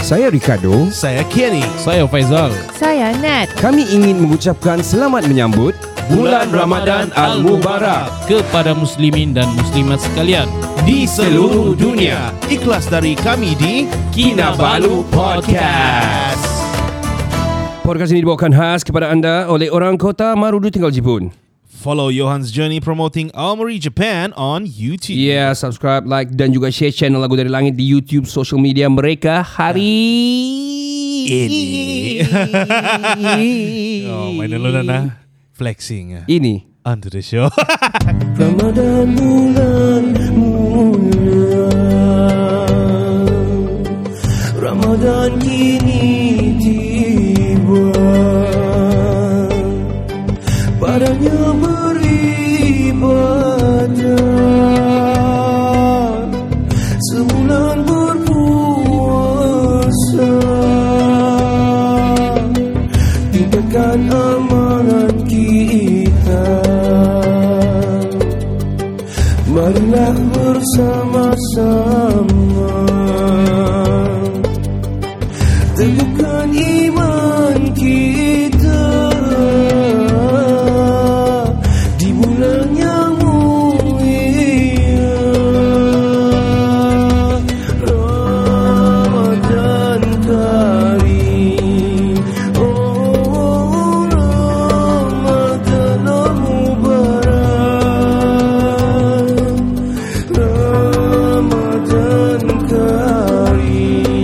Saya Ricardo. Saya Kiani. Saya Faizal. Saya Nat. Kami ingin mengucapkan selamat menyambut Bulan Ramadan Al-Mubarak kepada muslimin dan muslimat sekalian Di seluruh dunia Ikhlas dari kami di Kinabalu Podcast. Podcast ini dibawakan khas kepada anda oleh orang kota Marudu tinggal Jepun. Follow Johan's journey promoting Aomori Japan on YouTube Ya, yeah, subscribe, like dan juga share channel Lagu Dari Langit di YouTube, social media mereka hari ini. Oh, main dulu Nana Flexing Ini. Under the show Ramadan bulan mulia Ramadan kini tiba Padanya beribadah Sebulan berpuasa Tingkatkan amalan kita Marilah bersama-sama Teguhkan iman kita Di bulan yang mulia Ramadan Karim Oh Ramadan Mubarak Ramadan Karim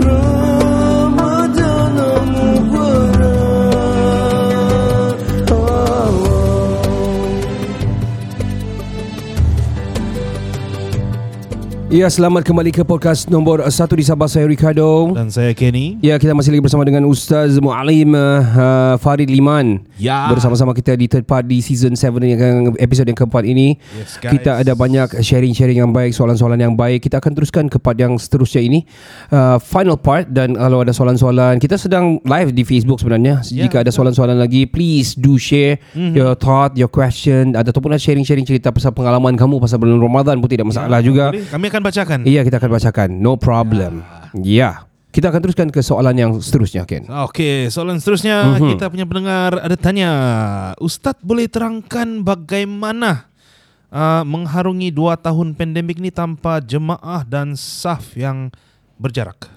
Ramadan Mubarak Ya, selamat kembali ke podcast nombor 1 di Sabah saya Ricardo. Dan saya Kenny Ya, kita masih lagi bersama dengan Ustaz Mualim uh, Farid Liman. Ya. Bersama-sama kita di third part di season 7 yang akan- episod yang keempat ini. Yes, guys. kita ada banyak sharing-sharing yang baik, soalan-soalan yang baik. Kita akan teruskan ke part yang seterusnya ini. Uh, final part dan kalau ada soalan-soalan, kita sedang live di Facebook sebenarnya. Ya, Mhm. Jika ada soalan-soalan lagi, please do share your thought, your question ataupun ada sharing-sharing cerita pasal pengalaman kamu pasal bulan Ramadan pun tidak masalah juga. Ya, Boleh? Kami akan bacakan Iya kita akan bacakan No problem Hmm. Ya yeah. Kita akan teruskan ke soalan yang seterusnya Ken Okey, soalan Mhm. seterusnya mm-hmm. kita punya pendengar ada tanya, Ustaz boleh terangkan bagaimana uh, mengharungi dua tahun pandemik ni tanpa jemaah dan saf yang berjarak?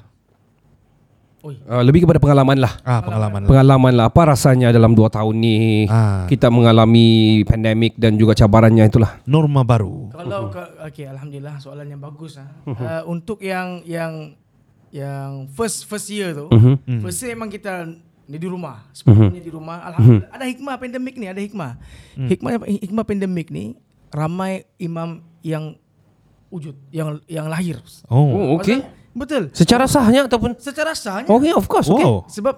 uh, Lebih kepada pengalaman lah Ah, pengalaman. lah. Pengalaman lah Apa rasanya dalam 2 tahun ni Ah. Kita mengalami pandemik Dan juga cabarannya itulah Norma baru. Kalau ka- okey alhamdulillah soalan yang bagus ah. Uh, untuk yang yang yang first first year tu, first year memang kita ni di rumah, sepenuhnya di rumah. Alhamdulillah ada hikmah pandemik ni, ada hikmah. Hikmah hikmah pandemik ni ramai imam yang wujud, yang yang lahir. Oh. Oh okay Betul. Secara sahnya ataupun Secara sahnya Okay of course okay. Wow. sebab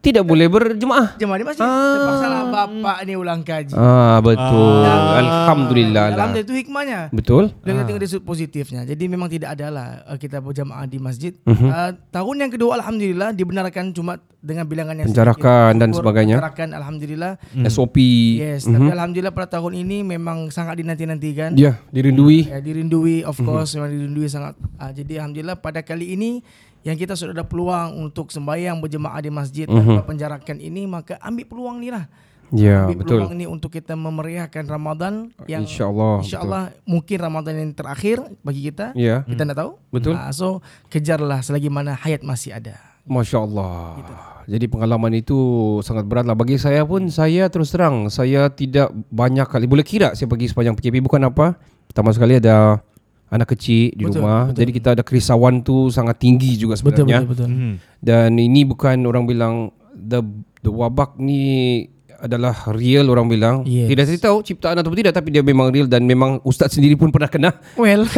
Tidak boleh berjemaah jemaah di masjid terpaksa lah bapak ni ulang kaji. Ah Betul Alhamdulillah lah Dalam dia itu hikmahnya. Betul Dan kita tengok dari sudut positifnya. Jadi memang tidak ada lah uh, kita berjamaah di masjid. Mhm. Uh-huh. Uh, tahun yang kedua alhamdulillah dibenarkan cuma dengan bilangan yang Penjarakan dan Syukur, sebagainya. Penjarakan alhamdulillah. SOP Yes, mm-hmm. tapi alhamdulillah pada tahun ini memang sangat dinanti-nantikan. Mhm. Ya Mhm. dirindui Ya, dirindui of course memang dirindui sangat. Uh, jadi alhamdulillah pada kali ini yang kita sudah ada peluang untuk sembahyang berjemaah di masjid Mhm. tanpa penjarakan ini maka ambil peluang ni lah. Ya Ambil betul peluang ni untuk kita memeriahkan Ramadan yang InsyaAllah InsyaAllah mungkin Ramadan yang terakhir bagi kita. Ya Kita tak tahu. Betul. Ah, so kejarlah selagi mana hayat masih ada. Masya Allah. Jadi pengalaman itu sangat berat lah. Bagi saya Hmm. pun, saya terus terang, saya tidak banyak kali. Boleh kira saya pergi sepanjang PKP. Bukan apa. Pertama sekali ada anak kecil di Betul, rumah. Jadi kita ada kerisauan tu sangat tinggi juga sebenarnya. betul. Hmm. Dan ini bukan orang bilang, the the wabak ni adalah real orang bilang. Yes. Tidak saya tahu ciptaan atau tidak tapi dia memang real dan memang ustaz sendiri pun pernah kena Well,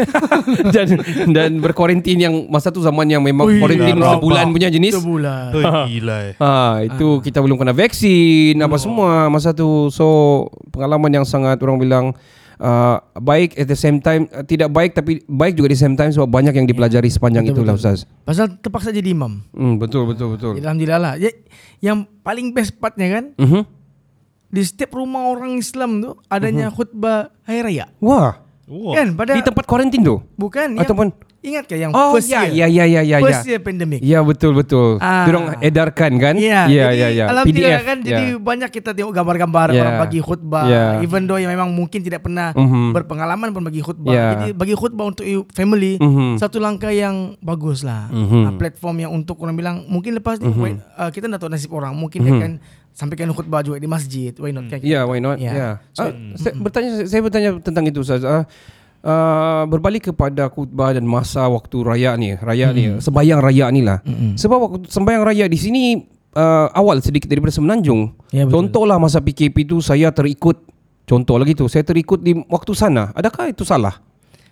dan dan berkuarantin yang masa tu zaman yang memang kuarantin rabak. sebulan punya jenis. sebulan. Oi, Gila. eh. Ha, Ah. itu kita belum kena vaksin apa semua masa tu. So pengalaman yang sangat orang bilang uh, baik at the same time uh, tidak baik tapi baik juga di same time sebab banyak yang dipelajari sepanjang itulah ustaz. Pasal terpaksa jadi imam. Hmm, betul betul betul. Jadi, Alhamdulillah lah. Ya, Yang paling best partnya kan, Mhm. di setiap rumah orang Islam tu adanya khutbah Hari Raya. Mhm. Wah, Wow. Kan pada di tempat kuarantin tu. bukan yang Ataupun Ingat ke yang Oh, first ya, ya, year? ya, ya, ya, First ya. year pandemic. Ya, betul, betul. Ah. Diorang edarkan kan? ya, Iya, jadi ya, ya. Alhamdulillah kan ya. jadi banyak kita tengok gambar-gambar Ya. orang bagi khutbah Ya. even though yang memang mungkin tidak pernah Mhm. berpengalaman pun bagi khutbah. Ya. Jadi bagi khutbah untuk you family Mhm. satu langkah yang bagus lah. Mhm. Ah, platform yang untuk orang bilang mungkin lepas ni why- ah, kita nak tahu nasib orang mungkin Mhm. dia akan sampaikan khutbah juga di masjid. Why not? Kan? Ya, yeah, why not? Ya. Ya. Yeah. Ah, saya bertanya saya bertanya tentang itu Ustaz. Ah, ah, berbalik kepada khutbah dan masa waktu raya ni, raya ni, Mm. sembahyang raya ni lah. Sebab waktu sembahyang raya di sini ah, awal sedikit daripada Semenanjung. Ya, betul. Contohlah masa PKP tu saya terikut contoh lagi tu, saya terikut di waktu sana. Adakah itu salah?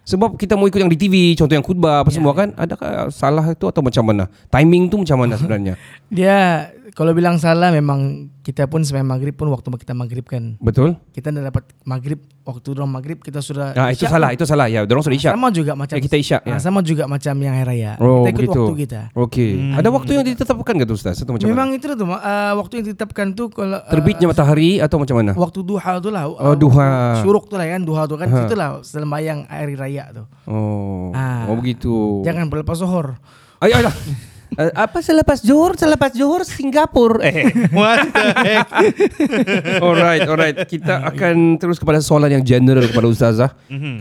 Sebab kita mau ikut yang di TV, contoh yang khutbah Ya. apa semua kan, adakah salah itu atau macam mana? Timing tu macam mana sebenarnya? Dia kalau bilang salah memang kita pun sembang maghrib pun waktu kita maghrib kan Betul? kita dah dapat maghrib waktu orang maghrib kita sudah Ah, itu isyak salah, itu salah. Ya, dorong sudah isyak. Sama juga Ya, macam kita isyak, ya. Ah, Sama juga macam yang hari raya. Oh, kita ikut begitu. waktu kita. Okey. Hmm. Ada waktu yang ditetapkan ke tu ustaz? Atau macam Memang mana? itu tu Ma. Ah, waktu yang ditetapkan tu kalau ah, Terbitnya matahari atau macam mana? waktu duha tu lah. Oh, Ah, duha. Syuruk tu lah kan duha tu kan. Itulah sembahyang hari raya tu. Oh. Ah. Oh begitu. Jangan berlepas zuhur. Ay, ay, lah. Eh, apa selepas Johor? Selepas Johor Singapura. Eh. What the heck? alright, alright. Kita akan terus kepada soalan yang general kepada ustazah.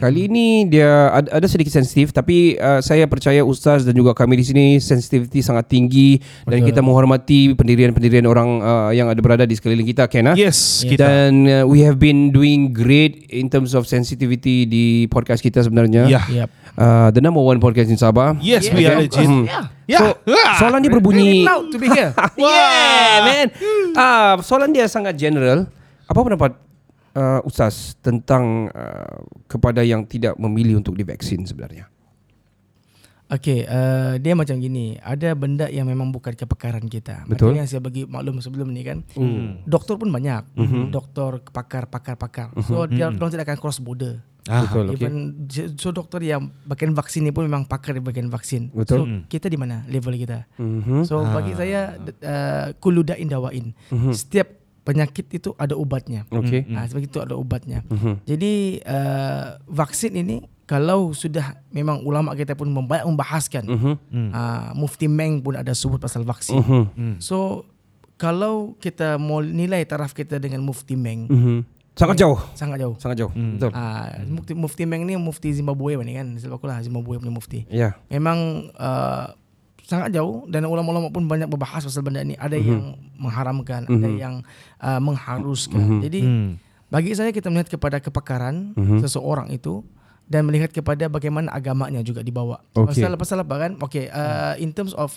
Kali ini dia ada, ada sedikit sensitif tapi uh, saya percaya ustaz dan juga kami di sini sensitivity sangat tinggi dan kita menghormati pendirian-pendirian orang uh, yang ada berada di sekeliling kita, Ken. ah? Yes, kita. Dan uh, we have been doing great in terms of sensitivity di podcast kita sebenarnya. Yeah. Yep. Uh, the number one podcast in Sabah. Ya. Yes, we are legit. Yeah. Mhm. So, Yeah. Ah. soalan dia berbunyi. Proud to be here. yeah, man. Ah, soalan dia sangat general. Apa pendapat uh, Ustaz tentang uh, kepada yang tidak memilih untuk divaksin sebenarnya? Okay, uh, dia macam gini. Ada benda yang memang bukan kepakaran kita. Betul. Hmm. Makanya saya bagi maklum sebelum ni kan. Doktor pun banyak. Mhm. Doktor, pakar, pakar, pakar. So, dia orang tidak akan cross border. Ah. Betul, okey. Even so doktor yang bagian vaksin ni pun memang pakar di bagian vaksin. Betul. Hmm? So kita di mana level kita. So bagi saya d- uh, kullu da'in dawain. Setiap penyakit itu ada ubatnya. Hmm. Okey. Hmm. Ah sebab itu ada ubatnya. Jadi uh, vaksin ini kalau sudah memang ulama kita pun memba- membahaskan. Hmm. Ah, Mufti Meng pun ada sebut pasal vaksin. So kalau kita mau nilai taraf kita dengan Mufti Meng Mhm. Sangat jauh. sangat jauh. Sangat jauh. Betul. Ah, mufti, mufti Meng ni mufti Zimbabwe ni kan. Sebab aku lah Zimbabwe punya mufti. Ya. Memang uh, sangat jauh dan ulama-ulama pun banyak berbahas pasal benda ni. Ada yang mengharamkan, ada yang uh, mengharuskan. Jadi Hmm. bagi saya kita melihat kepada kepakaran seseorang itu dan melihat kepada bagaimana agamanya juga dibawa. Okey. Pasal pasal apa kan? Okey, uh, in terms of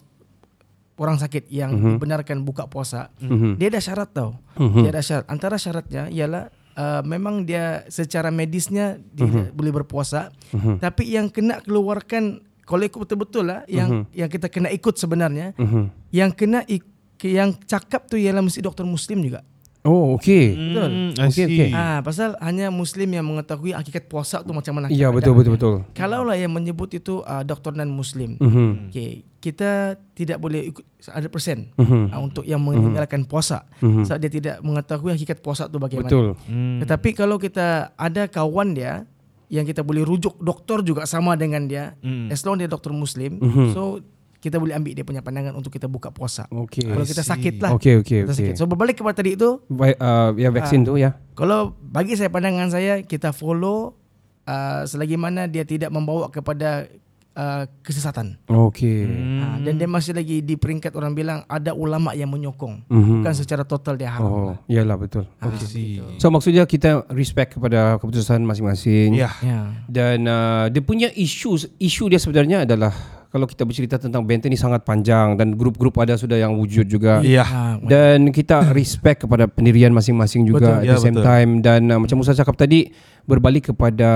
orang sakit yang dibenarkan buka puasa, Mm-hmm. Hmm. dia ada syarat tau. Dia ada syarat. Antara syaratnya ialah uh, memang dia secara medisnya dia tidak boleh berpuasa, tapi yang kena keluarkan kalau ikut betul-betul lah yang yang kita kena ikut sebenarnya, Mm-hmm. yang kena ik- yang cakap tu ialah mesti doktor muslim juga. Oh, okey. Betul. Hmm, I Okey, see. okey. Ah, pasal hanya muslim yang mengetahui hakikat puasa tu macam mana. Ya, betul betul betul. Kalaulah yang menyebut itu uh, doktor non muslim. Mhm. Okey, kita tidak boleh ikut 100% Hmm. ah, untuk yang meninggalkan puasa saat dia tidak mengetahui hakikat puasa itu bagaimana. Betul. Hmm. Tetapi kalau kita ada kawan dia yang kita boleh rujuk doktor juga sama dengan dia, as long dia doktor muslim, Hmm. so kita boleh ambil dia punya pandangan untuk kita buka puasa. Okey. Kalau kita sakit lah. Okey, okey, Kita okey. sakit. So berbalik kepada tadi itu, Baik, uh, ya vaksin tu ya. kalau bagi saya pandangan saya kita follow uh, selagi mana dia tidak membawa kepada uh, kesesatan. Okey. Ha, dan dia masih lagi di peringkat orang bilang ada ulama yang menyokong Mhm. bukan secara total dia Oh, haram. iyalah betul. I see. So maksudnya kita respect kepada keputusan masing-masing. Yeah. Ya. Dan uh, dia punya isu isu dia sebenarnya adalah kalau kita bercerita tentang benteng ini sangat panjang dan grup-grup ada sudah yang wujud juga. Yeah. Ha, Dan kita respect kepada pendirian masing-masing juga Betul, at ya, the same betul. time dan uh, macam Ustaz cakap tadi berbalik kepada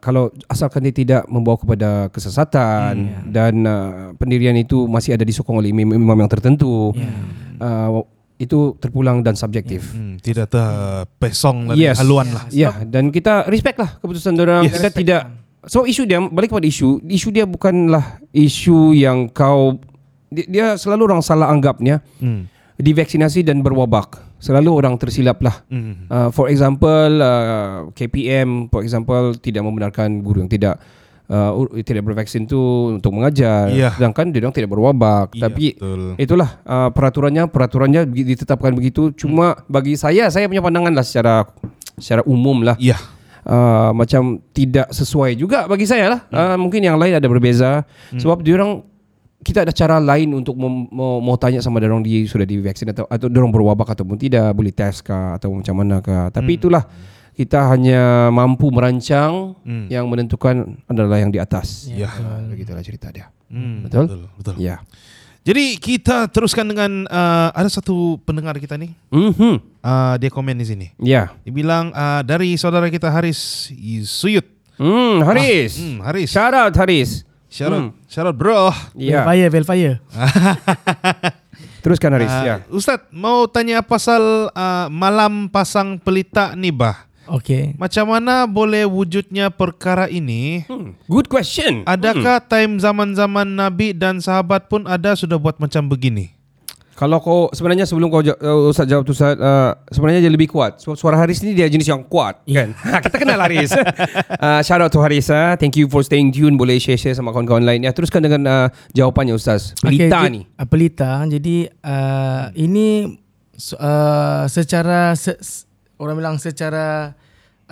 kalau asalkan dia tidak membawa kepada kesesatan Hmm, ya. dan uh, pendirian itu masih ada disokong oleh imam-imam yang tertentu. Ya. Uh, itu terpulang dan subjektif. Hmm, tidak terpesong dari Yes. haluan lah. Ya, yeah, dan kita respect lah keputusan orang. Yes. Kita tidak So isu dia balik kepada isu, isu dia bukanlah isu yang kau dia, dia selalu orang salah anggapnya. Hmm. Divaksinasi dan berwabak. Selalu orang tersilap lah. Hmm. Uh, for example, uh, KPM for example tidak membenarkan guru yang tidak uh, ur- tidak bervaksin tu untuk mengajar Ya. sedangkan dia orang tidak berwabak Ya, tapi betul. itulah uh, peraturannya peraturannya begi- ditetapkan begitu cuma bagi saya saya punya pandangan lah secara secara umum lah Ya. uh, macam tidak sesuai juga bagi saya lah. Uh, mungkin yang lain ada berbeza sebab diorang kita ada cara lain untuk mem, mau, mau tanya sama diorang dia sudah divaksin atau atau diorang berwabak ataupun tidak, boleh test kah atau macam mana kah. Tapi itulah kita hanya mampu merancang yang menentukan adalah yang di atas. Ya. Hmm. Begitulah cerita dia. Hmm, Betul? Betul. betul. Ya. Jadi kita teruskan dengan uh, ada satu pendengar kita nih. Mhm. Uh, dia komen di sini. Ya. Dia bilang uh, dari saudara kita Haris Suyut. Hmm, Ah, Haris. Hmm, Haris. Shout out Haris. Shout out, shout out bro. Ya. Velfire, Velfire. Teruskan Haris, Ah, ya. Ustaz, mau tanya pasal ah, malam pasang pelita ni bah. Okay. Macam mana boleh wujudnya perkara ini? Hmm. Good question. Adakah time zaman-zaman Nabi dan sahabat pun ada sudah buat macam begini? Kalau kau sebenarnya sebelum kau ja- uh, Ustaz jawab tu Ustaz uh, sebenarnya dia lebih kuat. Sebab suara Haris ni dia jenis yang kuat kan. Ha, kita kenal Haris. uh, shout out to Haris. ah. Thank you for staying tune. Boleh share-share sama kawan-kawan lain. Ya teruskan dengan uh, jawapannya Ustaz. Pelita Okey, ni. ah, Pelita. Jadi uh, ini so- uh, secara se, se- orang bilang secara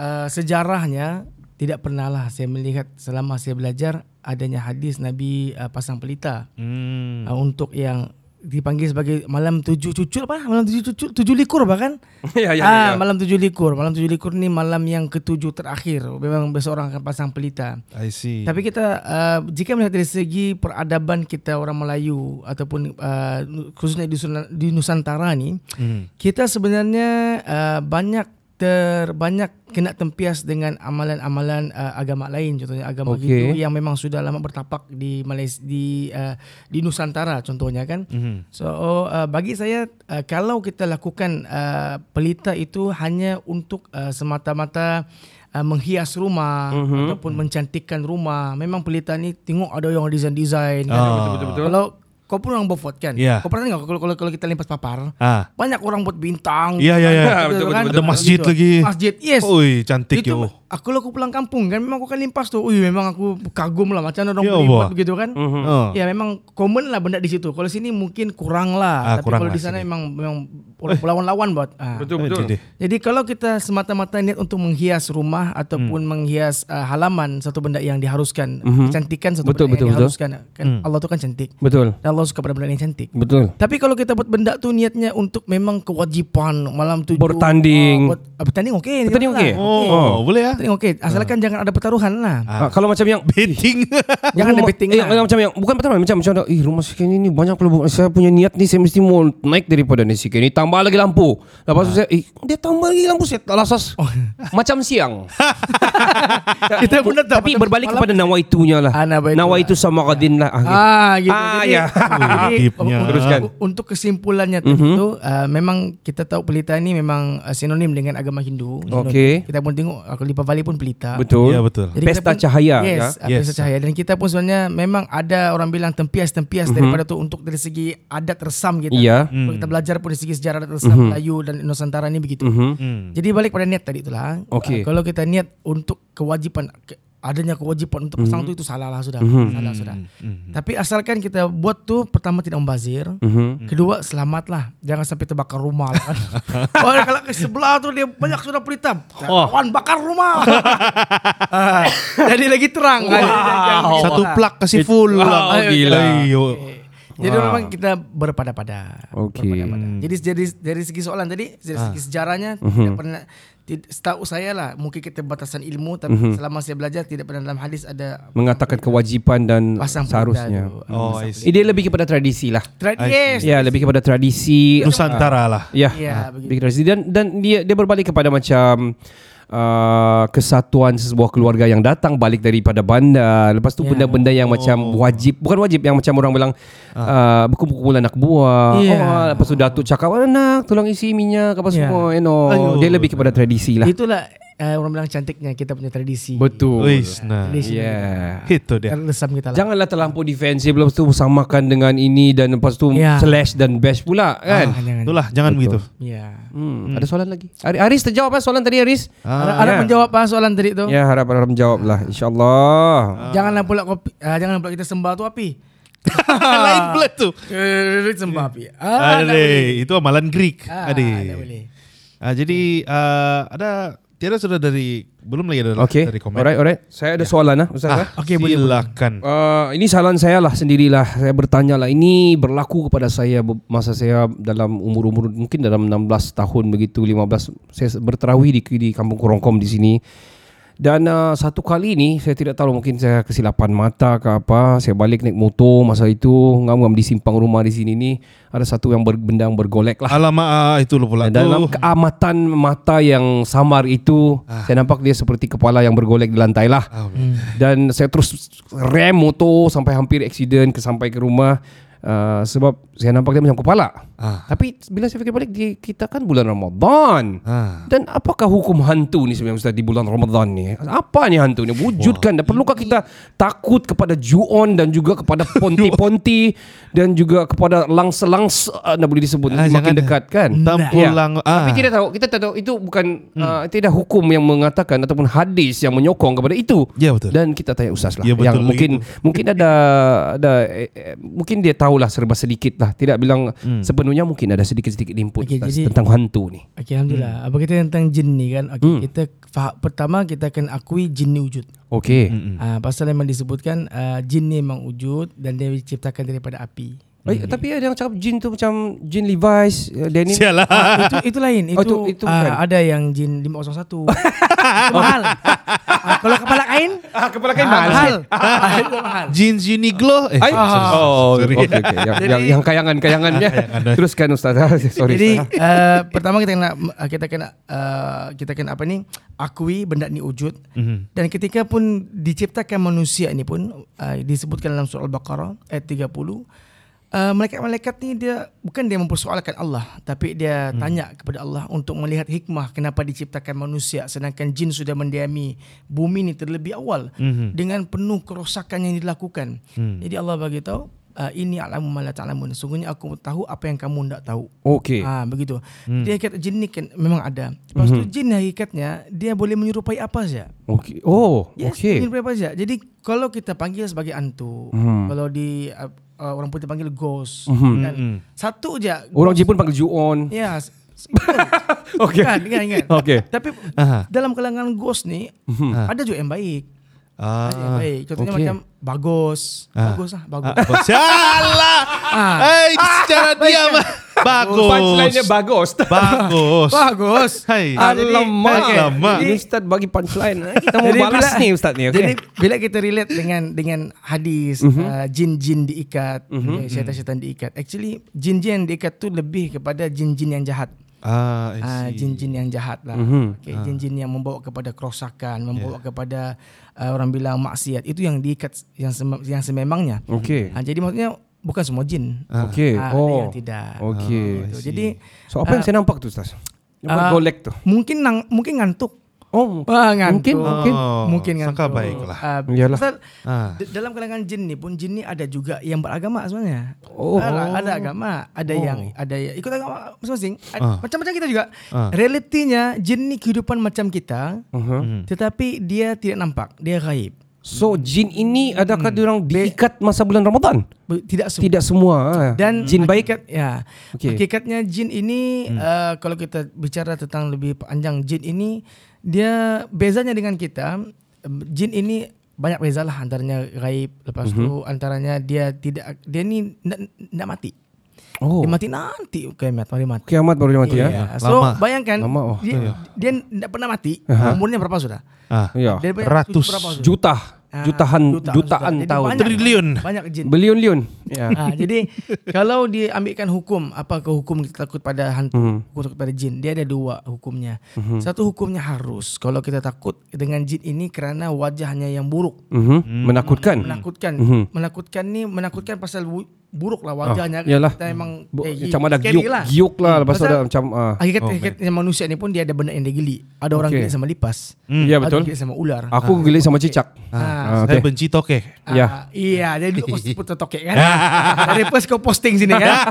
uh, sejarahnya tidak pernahlah saya melihat selama saya belajar adanya hadis Nabi uh, pasang pelita Hmm. uh, untuk yang dipanggil sebagai malam tujuh cucul apa malam tujuh cucul tujuh likur bahkan ya ya. ah ya. malam tujuh likur malam tujuh likur ni malam yang ketujuh terakhir memang besok orang akan pasang pelita I see. tapi kita uh, jika melihat dari segi peradaban kita orang Melayu ataupun uh, khususnya di, Suna- di Nusantara ni, Hmm. kita sebenarnya uh, banyak ter banyak kena tempias dengan amalan-amalan uh, agama lain contohnya agama Okey. Hindu yang memang sudah lama bertapak di Malaysia di uh, di Nusantara contohnya kan. Mhm. So uh, bagi saya uh, kalau kita lakukan uh, pelita itu hanya untuk uh, semata-mata uh, menghias rumah Mhm. ataupun mencantikkan rumah. Memang pelita ni tengok ada yang design-design kan. Ah. Betul-betul. Kalau kau pun orang Beaufort kan. Ya. Kau pernah tengok kalau kalau, kalau kita limpas papar? Ah. Banyak orang buat bintang. Ya, ya, ya. bintang, Betul, betul, betul. Ada masjid lagi. Oh, Masjid, yes. Oi, cantik Itu yo. aku kalau aku pulang kampung kan memang aku akan limpas tu. Ui memang aku kagum lah macam mana orang Ya boleh Allah. buat begitu Mhm. kan. Oh. Ya memang common lah benda di situ. Kalau sini mungkin Ah, kurang lah. Tapi kurang kalau lah di sana sini. memang memang orang lawan-lawan buat. Ah. Betul betul. Eh, Jadi, Jadi kalau kita semata-mata niat untuk menghias rumah ataupun menghias ah, halaman satu benda yang diharuskan, kecantikan satu Betul, benda betul, yang betul. diharuskan. Kan Allah tu kan cantik. Betul. Dan Allah suka pada benda yang cantik. Betul. Tapi kalau kita buat benda tu niatnya untuk memang kewajipan malam tu Bertanding. ah, bertanding okey. Bertanding janganlah. okey? oh, boleh ya? Bertanding okey. Asalkan jangan ada pertaruhan lah. Ah, kalau macam yang Betting. Jangan ada rumah- betting eh, lah. yang macam yang bukan pertama macam macam ada, ih rumah si Kenny ni banyak kalau saya punya niat ni saya mesti mau naik daripada ni si Kenny tambah lagi lampu. Lepas tu saya eh dia tambah lagi lampu saya tak lasas. macam siang. Kita benar tak? Tapi Macam berbalik malam- kepada nawaitunya lah. Ah, nawaitu. nawaitu sama qadin lah. Ah. Ah, gitu. Ah, Jadi, ya. Mhm. jadi Tipnya. un- Teruskan. un- Untuk kesimpulannya tadi tu, uh, memang kita tahu pelita ni memang uh, sinonim dengan agama Hindu. Sinonim. Okey. Kita pun tengok kalau di Papali pun pelita. Betul. Ya, betul. Ah. kita Pesta cahaya, Yes, ya? ah, Yes. pesta cahaya. Dan kita pun sebenarnya memang ada orang bilang tempias-tempias Mhm. daripada tu untuk dari segi adat resam kita. Ya. Kalau Kita belajar pun dari segi sejarah adat Mhm. resam Melayu dan Nusantara ni begitu. Hmm. Jadi balik pada niat tadi itulah. Okey. Uh, kalau kita niat untuk kewajipan ke, adanya kewajipan untuk Mhm. pasang tu itu salah lah sudah. Salah sudah. Tapi asalkan kita buat tu pertama tidak membazir, Mhm. kedua selamatlah. Jangan sampai terbakar rumah lah kan. oh, kalau ke sebelah tu dia banyak sudah pelita. Kawan bakar rumah. Ah, jadi lagi terang. kan. Jangan begitu. Satu plak kasih full. lah. Wow, gila. Ayo. Jadi memang kita berpada-pada. Okey. Berpada-pada. Jadi dari dari segi soalan tadi, dari segi Ah. sejarahnya Hmm. tidak pernah tid- setahu saya lah mungkin kita batasan ilmu tapi Hmm. selama saya belajar tidak pernah dalam hadis ada Mengatakan kewajipan dan pasang pelita Hmm. seharusnya. tu. Oh, I see. Ide lebih kepada tradisi lah. Tra- yes. Ya, lebih kepada tradisi. Nusantara lah. Ya, Ya, ya begitu. begitu. Dan dan dia dia berbalik kepada macam uh, kesatuan sebuah keluarga yang datang balik daripada bandar. Lepas Ya. tu benda-benda yang macam Oh. wajib, bukan wajib yang macam orang bilang uh, berkumpul-kumpul anak buah. Ah. Ya. Oh, lepas tu datuk cakap anak tolong isi minyak apa Ya. semua, you know. Ayuh. Dia lebih kepada tradisi lah. Itulah uh, orang bilang cantiknya kita punya tradisi. Betul. Wis nah. Tradisi Yeah. Itu dia. dan resam kita lah. Janganlah terlampau defensif lepas tu samakan dengan ini dan lepas tu Ya. slash dan bash pula Ah, kan. jangan. Itulah jangan begitu. Ya. Hmm. Ada soalan lagi? Ar- Aris terjawab lah soalan tadi Aris? Harap, harap menjawab ah soalan tadi tu. Ya harap harap menjawab lah insyaAllah. Janganlah pula kopi, ah, jangan pula kita sembah tu api. Lain pula tu. Eh, sembah api. Ah, tak boleh. Adik, itu amalan Greek. Ah, tak boleh. Adik. Ah, jadi ah, ada Tiara sudah dari belum lagi ada lah Okay. dari komen. Ya. Alright alright. Saya ada soalan lah Ustaz. Ah. Okay, silakan. Uh, ini saran saya lah sendirilah. Saya bertanya lah. Ini berlaku kepada saya be- masa saya dalam umur-umur mungkin dalam 16 tahun begitu, 15. Saya se- berterawih di, di kampung Kurongkom di sini. Dan uh, satu kali ni saya tidak tahu mungkin saya kesilapan mata ke apa. Saya balik naik motor masa itu ngam-ngam di simpang rumah di sini ni ada satu yang ber, benda yang bergolek lah. Alamak ah, itu lu pula. Dan dalam Dalam keamatan mata yang samar itu Ah. saya nampak dia seperti kepala yang bergolek di lantai lah dan saya terus rem motor sampai hampir accident ke sampai ke rumah uh, sebab saya nampak dia macam kepala Ah. tapi bila saya fikir balik dia, kita kan bulan Ramadan Ah. dan apakah hukum hantu ni sebenarnya Ustaz di bulan Ramadan ni apa ni hantu ni wujudkan dan perlukah kita takut kepada juon dan juga kepada ponti-ponti dan juga kepada langs-langs ah, dah boleh disebut Ah, makin jangan. dekat kan Tampulang. tapi Ah. tidak tahu, kita tak tahu itu bukan Hmm. uh, tidak hukum yang mengatakan ataupun hadis yang menyokong kepada itu. Ya, betul. Dan kita tanya ustaz lah Ya, betul yang mungkin mungkin ada ada eh, eh, mungkin dia tahulah serba sedikit lah. Tidak bilang Hmm. sepenuhnya mungkin ada sedikit-sedikit input Okey, ustaz, jadi- tentang hantu ni. Okey, alhamdulillah. Hmm. Apa kita tentang jin ni kan? Okey, kita faham, pertama kita akan akui jin ni wujud. Okey. Hmm, Ah, pasal memang disebutkan ah, jin ni memang wujud dan dia diciptakan daripada api. hmm, Eh, tapi ada yang cakap jin tu macam jin Levi's, uh, denim. Sialah. Ah, itu, itu lain. Itu, Oh, itu- itu ah, bukan. ada yang jin 501. itu mahal. Ah, kalau kepala kain, Ah, kepala kain ah, mahal. Ah, itu mahal. Jeans Uniqlo. Eh, Ay. oh, Okey, okey. Yang, yang, yang kayangan-kayangannya. Ah, Teruskan ustaz. Sorry. Jadi ustaz. uh, pertama kita kena uh, kita kena uh, kita kena apa ni akui benda ni wujud mm-hmm. dan ketika pun diciptakan manusia ni pun uh, disebutkan dalam surah al-baqarah ayat 30 uh, malaikat-malaikat ni dia bukan dia mempersoalkan Allah tapi dia tanya kepada Allah untuk melihat hikmah kenapa diciptakan manusia sedangkan jin sudah mendiami bumi ni terlebih awal dengan penuh kerosakan yang dilakukan. Jadi Allah bagi tahu uh, ini alamu mala ta'lamun. Sungguhnya aku tahu apa yang kamu tidak tahu. Okey. Hmm. Mhm. Ah begitu. Dia hakikat jin ni kan memang ada. Lepas tu jin hakikatnya dia boleh menyerupai apa saja. Okey. Oh, Yes, okey. Mhm. menyerupai apa saja. Jadi kalau kita panggil sebagai hantu, kalau di uh, uh, orang putih panggil ghost kan. Satu je. Mhm. Orang Jepun panggil Ju-on. Ya. s- s- Okey. Kan, ingat, ingat. Okey. Mhm. Tapi Aha. dalam kalangan ghost ni ada juga yang baik. Ada yang Ah. baik. Contohnya okey. macam bagus. Bagus lah, bagus. Ah, bagus. Sialah. Ah. Hai, secara diam. Bagus. Punchline-nya bagus. Bagus. Bagus. Hai. Ah, jadi- Alamak. okey. Alamak. Ini Ustaz bagi punchline. eh. Kita mau balas nih Ustaz nih. Jadi Okay? Mhm. bila kita relate dengan dengan hadis uh, jin-jin diikat, okay, syaitan-syaitan diikat. Actually jin-jin yang diikat tu lebih kepada jin-jin yang jahat. Ah, I Ah, see. jin-jin yang jahat lah. Mhm. Okay, jin-jin yang membawa kepada kerosakan, membawa kepada uh, orang bilang maksiat. Itu yang diikat yang sem- yang sememangnya. Okey. Ah, jadi maksudnya bukan semua jin. Okey. Ah, ada Oh. yang tidak. Ah, Okey. Gitu. Jadi So apa yang saya nampak tu Ustaz? Yang ah, golek tu. mungkin nang, mungkin ngantuk. Oh. Ah, Mungkin, ngantuk. mungkin. Oh, mungkin ngantuk. sangka baiklah. Ah, Iyalah. pasal Ah. d- dalam kalangan jin ni pun jin ni ada juga yang beragama sebenarnya. Oh. Ada, ada agama, ada yang ada yang ikut agama masing-masing. Ad- Oh. Ah. Macam-macam kita juga. Ah. Realitinya jin ni kehidupan macam kita, Uh-huh. Hmm. tetapi dia tidak nampak, dia gaib. So jin ini adakah Hmm. diorang diikat masa bulan Ramadan? Be- Tidak semua. Tidak semua. ah. Dan jin baik. hakikat- ya. Okey. Hmm. Hakikatnya jin ini uh, kalau kita bicara tentang lebih panjang jin ini dia bezanya dengan kita um, jin ini banyak beza lah antaranya gaib lepas tu Mhm. antaranya dia tidak dia ni tidak mati. Oh. Dia mati nanti kiamat dia mati. Kiamat baru dia mati ya. Ya. So Lama. bayangkan Lama, oh. dia dia tidak pernah mati. Umurnya berapa sudah? Ah. Ya. Dia punya Ratus. berapa sudah? Juta, Ah, jutaan, juta- jutaan juta. Jadi tahun. banyak- Triliun. Banyak jin. Beliun-liun. Ya. Ah, jadi kalau diambilkan hukum apa ke hukum kita takut pada hantu, Hmm. hukum takut pada jin, dia ada dua hukumnya. Satu hukumnya harus kalau kita takut dengan jin ini kerana wajahnya yang buruk, Mhm. Menakutkan. menakutkan. Menakutkan ni menakutkan pasal wu- buruk lah wajahnya. Ah, iyalah. Kita memang Bu, eh, macam ada scary giuk, giuk lah lepas tu Hmm. Pasal- ada macam ah. Hakikat, hakikat yang manusia ni pun dia ada benda yang dia geli. Ada orang Okay. geli sama lipas. Ya betul. Ada geli sama ular. Aku geli sama cicak. Ah. Ah, Hmm. Saya okay. benci tokek. Ah, Ya. Iya, jadi dulu post putar tokek kan. Dari first kau posting sini kan.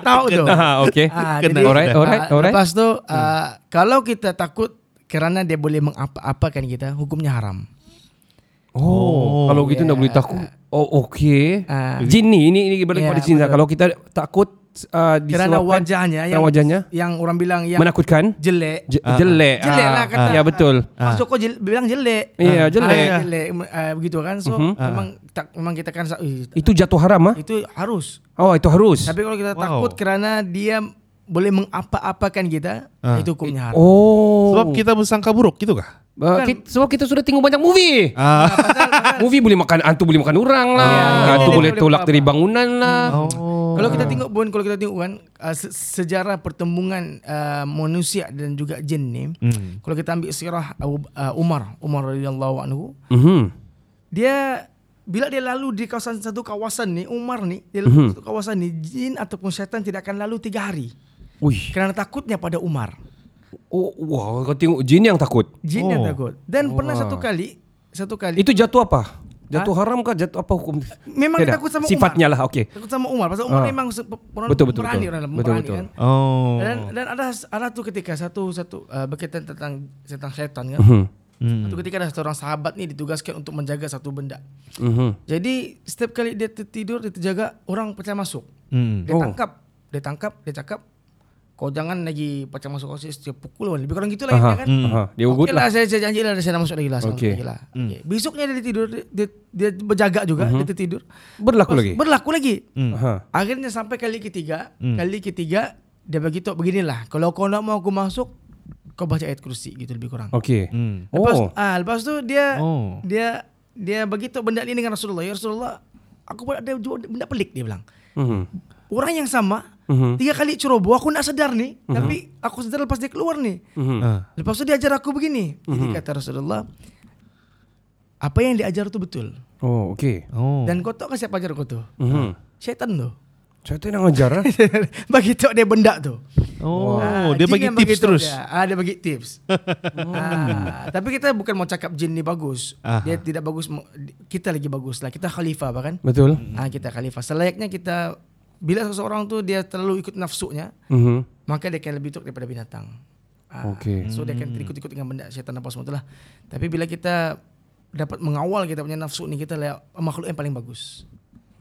Tahu tu. Ah, okay. Ah, Kena. jadi, Alright, alright, ah, alright. Hmm. Lepas tu ah, kalau kita takut kerana dia boleh mengapa-apakan kita, hukumnya haram. Oh, kalau gitu tidak boleh takut. Oh, okey. Ah. Jin ni, ini ini balik Ya, pada jin lah. betul. Kalau kita takut ah, Kerana disebabkan- wajahnya yang kerana wajahnya yang orang bilang yang menakutkan, jelek. je- jelek. jelek lah Ah, kata. Ya betul. Masuk kau jel, bilang jelek. Ya, jelek. Mhm. Ah, jelek ah, begitu kan. So memang tak memang kita kan "Ih, Itu jatuh haram ah? itu harus. Oh, itu harus. Tapi kalau kita Wow. takut kerana dia boleh mengapa-apakan kita, itu hukumnya haram. Oh. Sebab kita bersangka buruk gitu kah? Ah, ki- sebab kita sudah tengok banyak movie. Ah. Movie boleh makan antu boleh makan orang lah. Ah. Antu boleh Boleh, boleh tolak buat dari apa. bangunan lah. Oh. Kalau kita tengok pun kalau kita tengok kan uh, se- sejarah pertembungan uh, manusia dan juga jin ni. Hmm. Kalau kita ambil sirah Abu- uh, Umar, Umar radhiyallahu anhu, Mhm. dia bila dia lalu di kawasan satu kawasan ni Umar ni dia lalu Hmm. satu kawasan ni jin ataupun syaitan tidak akan lalu tiga hari Wih. kerana takutnya pada Umar. Oh, wah, kau tengok jin yang takut. Jin yang takut. Dan pernah satu kali satu Oh. kali Itu jatuh apa? Jatuh haram ke jatuh apa hukum? Memang Tiada. takut sama Sifatnya lah, okey. takut sama Umar pasal Umar memang se- pe- orang Ah. Betul, betul, berani betul. orang Betul, berani betul. kan. Oh. Dan dan ada ada tu ketika satu satu uh, berkaitan tentang tentang syaitan kan. Mhm. Satu ketika ada seorang sahabat ni ditugaskan untuk menjaga satu benda. Mhm. Jadi setiap kali dia tertidur dia terjaga orang pecah masuk. Oh. Hmm. Dia tangkap, dia tangkap, dia cakap kau jangan lagi pecah masuk kau saya setiap pukul lebih kurang gitu lah Aha. intinya kan. Hmm. Aha. Dia ugut Okey lah. Saya, saya janji lah saya nak masuk lagi lah. saya nak Okey. Hmm. masuk lagi lah. Okey. Besoknya dia tidur dia, dia, dia berjaga juga dia tertidur. Mhm. Berlaku Terus lagi. Hmm. Berlaku lagi. Hmm. Aha. Akhirnya sampai kali ketiga, Hmm. kali ketiga dia bagi tahu beginilah. Kalau kau nak mau aku masuk, kau baca ayat kursi gitu lebih kurang. Okey. Hmm. Lepas, Oh. ah, lepas tu dia Oh. dia dia bagi tahu benda ni dengan Rasulullah. Ya Rasulullah, aku pun ada juga benda pelik dia bilang. Mhm. Orang yang sama Mhm. tiga kali ceroboh aku nak sedar ni, tapi aku sedar lepas dia keluar ni. Mhm. Ah. Lepas tu dia ajar aku begini. Mhm. Jadi kata Rasulullah, apa yang diajar tu betul. Oh, okey. Oh. Dan kau tahu kan siapa ajar kau tu? Hmm. Mhm. Syaitan tu. Saya tu nak ajar ah. bagi tahu dia benda tu. Oh, Ah, dia jin bagi yang tips tahu terus. Dia. Ah, dia bagi tips. ah, tapi kita bukan mau cakap jin ni bagus. Aha. Dia tidak bagus. mo- di- Kita lagi bagus lah. Kita khalifah bahkan. Betul. Ah, kita khalifah. Selayaknya kita bila seseorang tu dia terlalu ikut nafsunya, Mhm. maka dia akan lebih teruk daripada binatang. Ah, Hmm. Okey. So dia akan terikut-ikut dengan benda syaitan apa semua itulah. Tapi bila kita dapat mengawal kita punya nafsu ni kita layak makhluk yang paling bagus.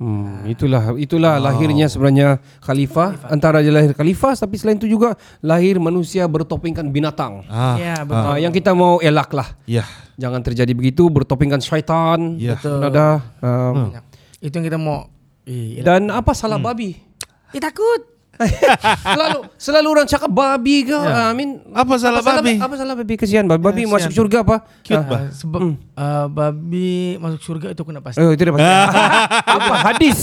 Hmm, itulah itulah lahirnya sebenarnya khalifah. Antara dia lahir khalifah tapi selain itu juga lahir manusia bertopingkan binatang. Ah. Ya, betul. Ah, yang kita mau elak lah. Ya. Jangan terjadi begitu bertopingkan syaitan. Ya. Betul. Nada. Um, Ya. Itu yang kita mau. Eh, Dan apa salah babi? eh takut. selalu selalu orang cakap babi ke? Ah, I mean, Apa salah babi? Apa salah babi? Kesian babi. Babi masuk syurga apa? Cute Ah. bah. Ah, sebab ah, babi masuk syurga itu kena pasti. Oh, itu dia pasti. apa hadis?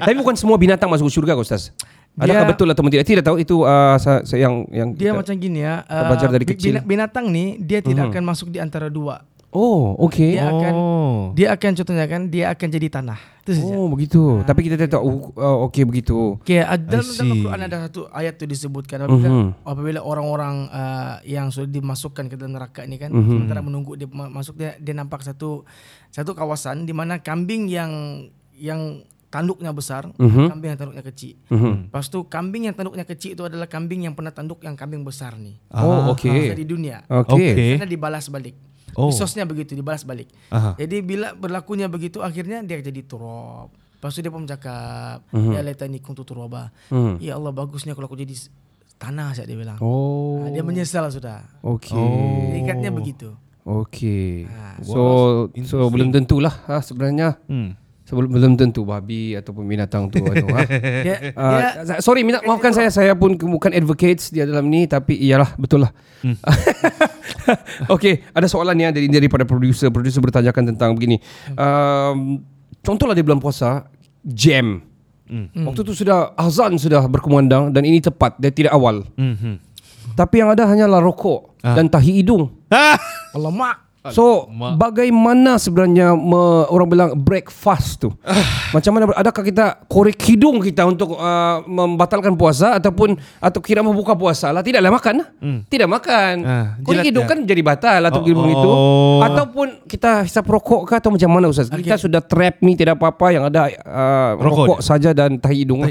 Tapi bukan semua binatang masuk syurga kau ustaz. Adakah Dia- betul atau tidak? Tidak tahu itu ah, sa- sa- yang yang Dia kita- macam gini ya. kita belajar dari bi- kecil. Hmm. bina- Binatang ni dia tidak akan masuk di antara dua. Oh, okey. Dia akan Oh. dia akan contohnya kan dia akan jadi tanah. Itu saja. Oh begitu. Tapi kita tak tahu oh, okey begitu. Okay, ah, I dalam, dalam see. Mhm. Al-Quran ada satu ayat tu disebutkan apabila, apabila orang-orang ah, yang sudah dimasukkan ke dalam neraka ini kan Mhm. sementara menunggu dia ma- masuk dia, dia nampak satu satu kawasan di mana kambing yang yang tanduknya besar, Mhm. kambing yang tanduknya kecil. Lepas tu kambing yang tanduknya kecil itu adalah kambing yang pernah tanduk yang kambing besar ni. Oh okey. Okay. Di dunia. Ah. Okey. Okey. Karena dibalas balik. Eh? Oh. Resource-nya begitu dibalas balik. Aha. Jadi bila berlakunya begitu akhirnya dia jadi turab. Lepas tu dia pun cakap Mhm. ya laitani kuntu turaba. Ya Allah bagusnya kalau aku jadi s- tanah saja dia bilang. Oh Ah, dia menyesal sudah. Oh. okey. Oh. Ikatnya begitu. Okey. Ha, So so belum tentulah ha, sebenarnya. Hmm. Sebelum belum tentu babi ataupun binatang tu anu ha. Uh, Dia, dia sa- sorry minta maafkan saya saya pun ke- bukan advocates di dalam ni tapi iyalah betul lah. Okey, ada soalan ya dari daripada producer. Producer bertanyakan tentang begini. Um, contohlah di bulan puasa jam. Waktu tu sudah azan sudah berkumandang dan ini tepat dia tidak awal. Mhm. Ah. Tapi yang ada hanyalah rokok dan tahi hidung. Ah. lemak So bagaimana sebenarnya me, orang bilang break fast tu? Macam mana adakah kita korek hidung kita untuk uh, membatalkan puasa ataupun atau kira membuka puasa lah tidaklah makan lah. Tidak makan. Ah, korek jilat hidung dia. kan jadi batal atau Oh, begitu begitu. oh. Ataupun kita hisap rokok ke atau macam mana ustaz? Kita sudah trap ni tidak apa-apa yang ada uh, rokok, Rokok saja dan tahi hidung.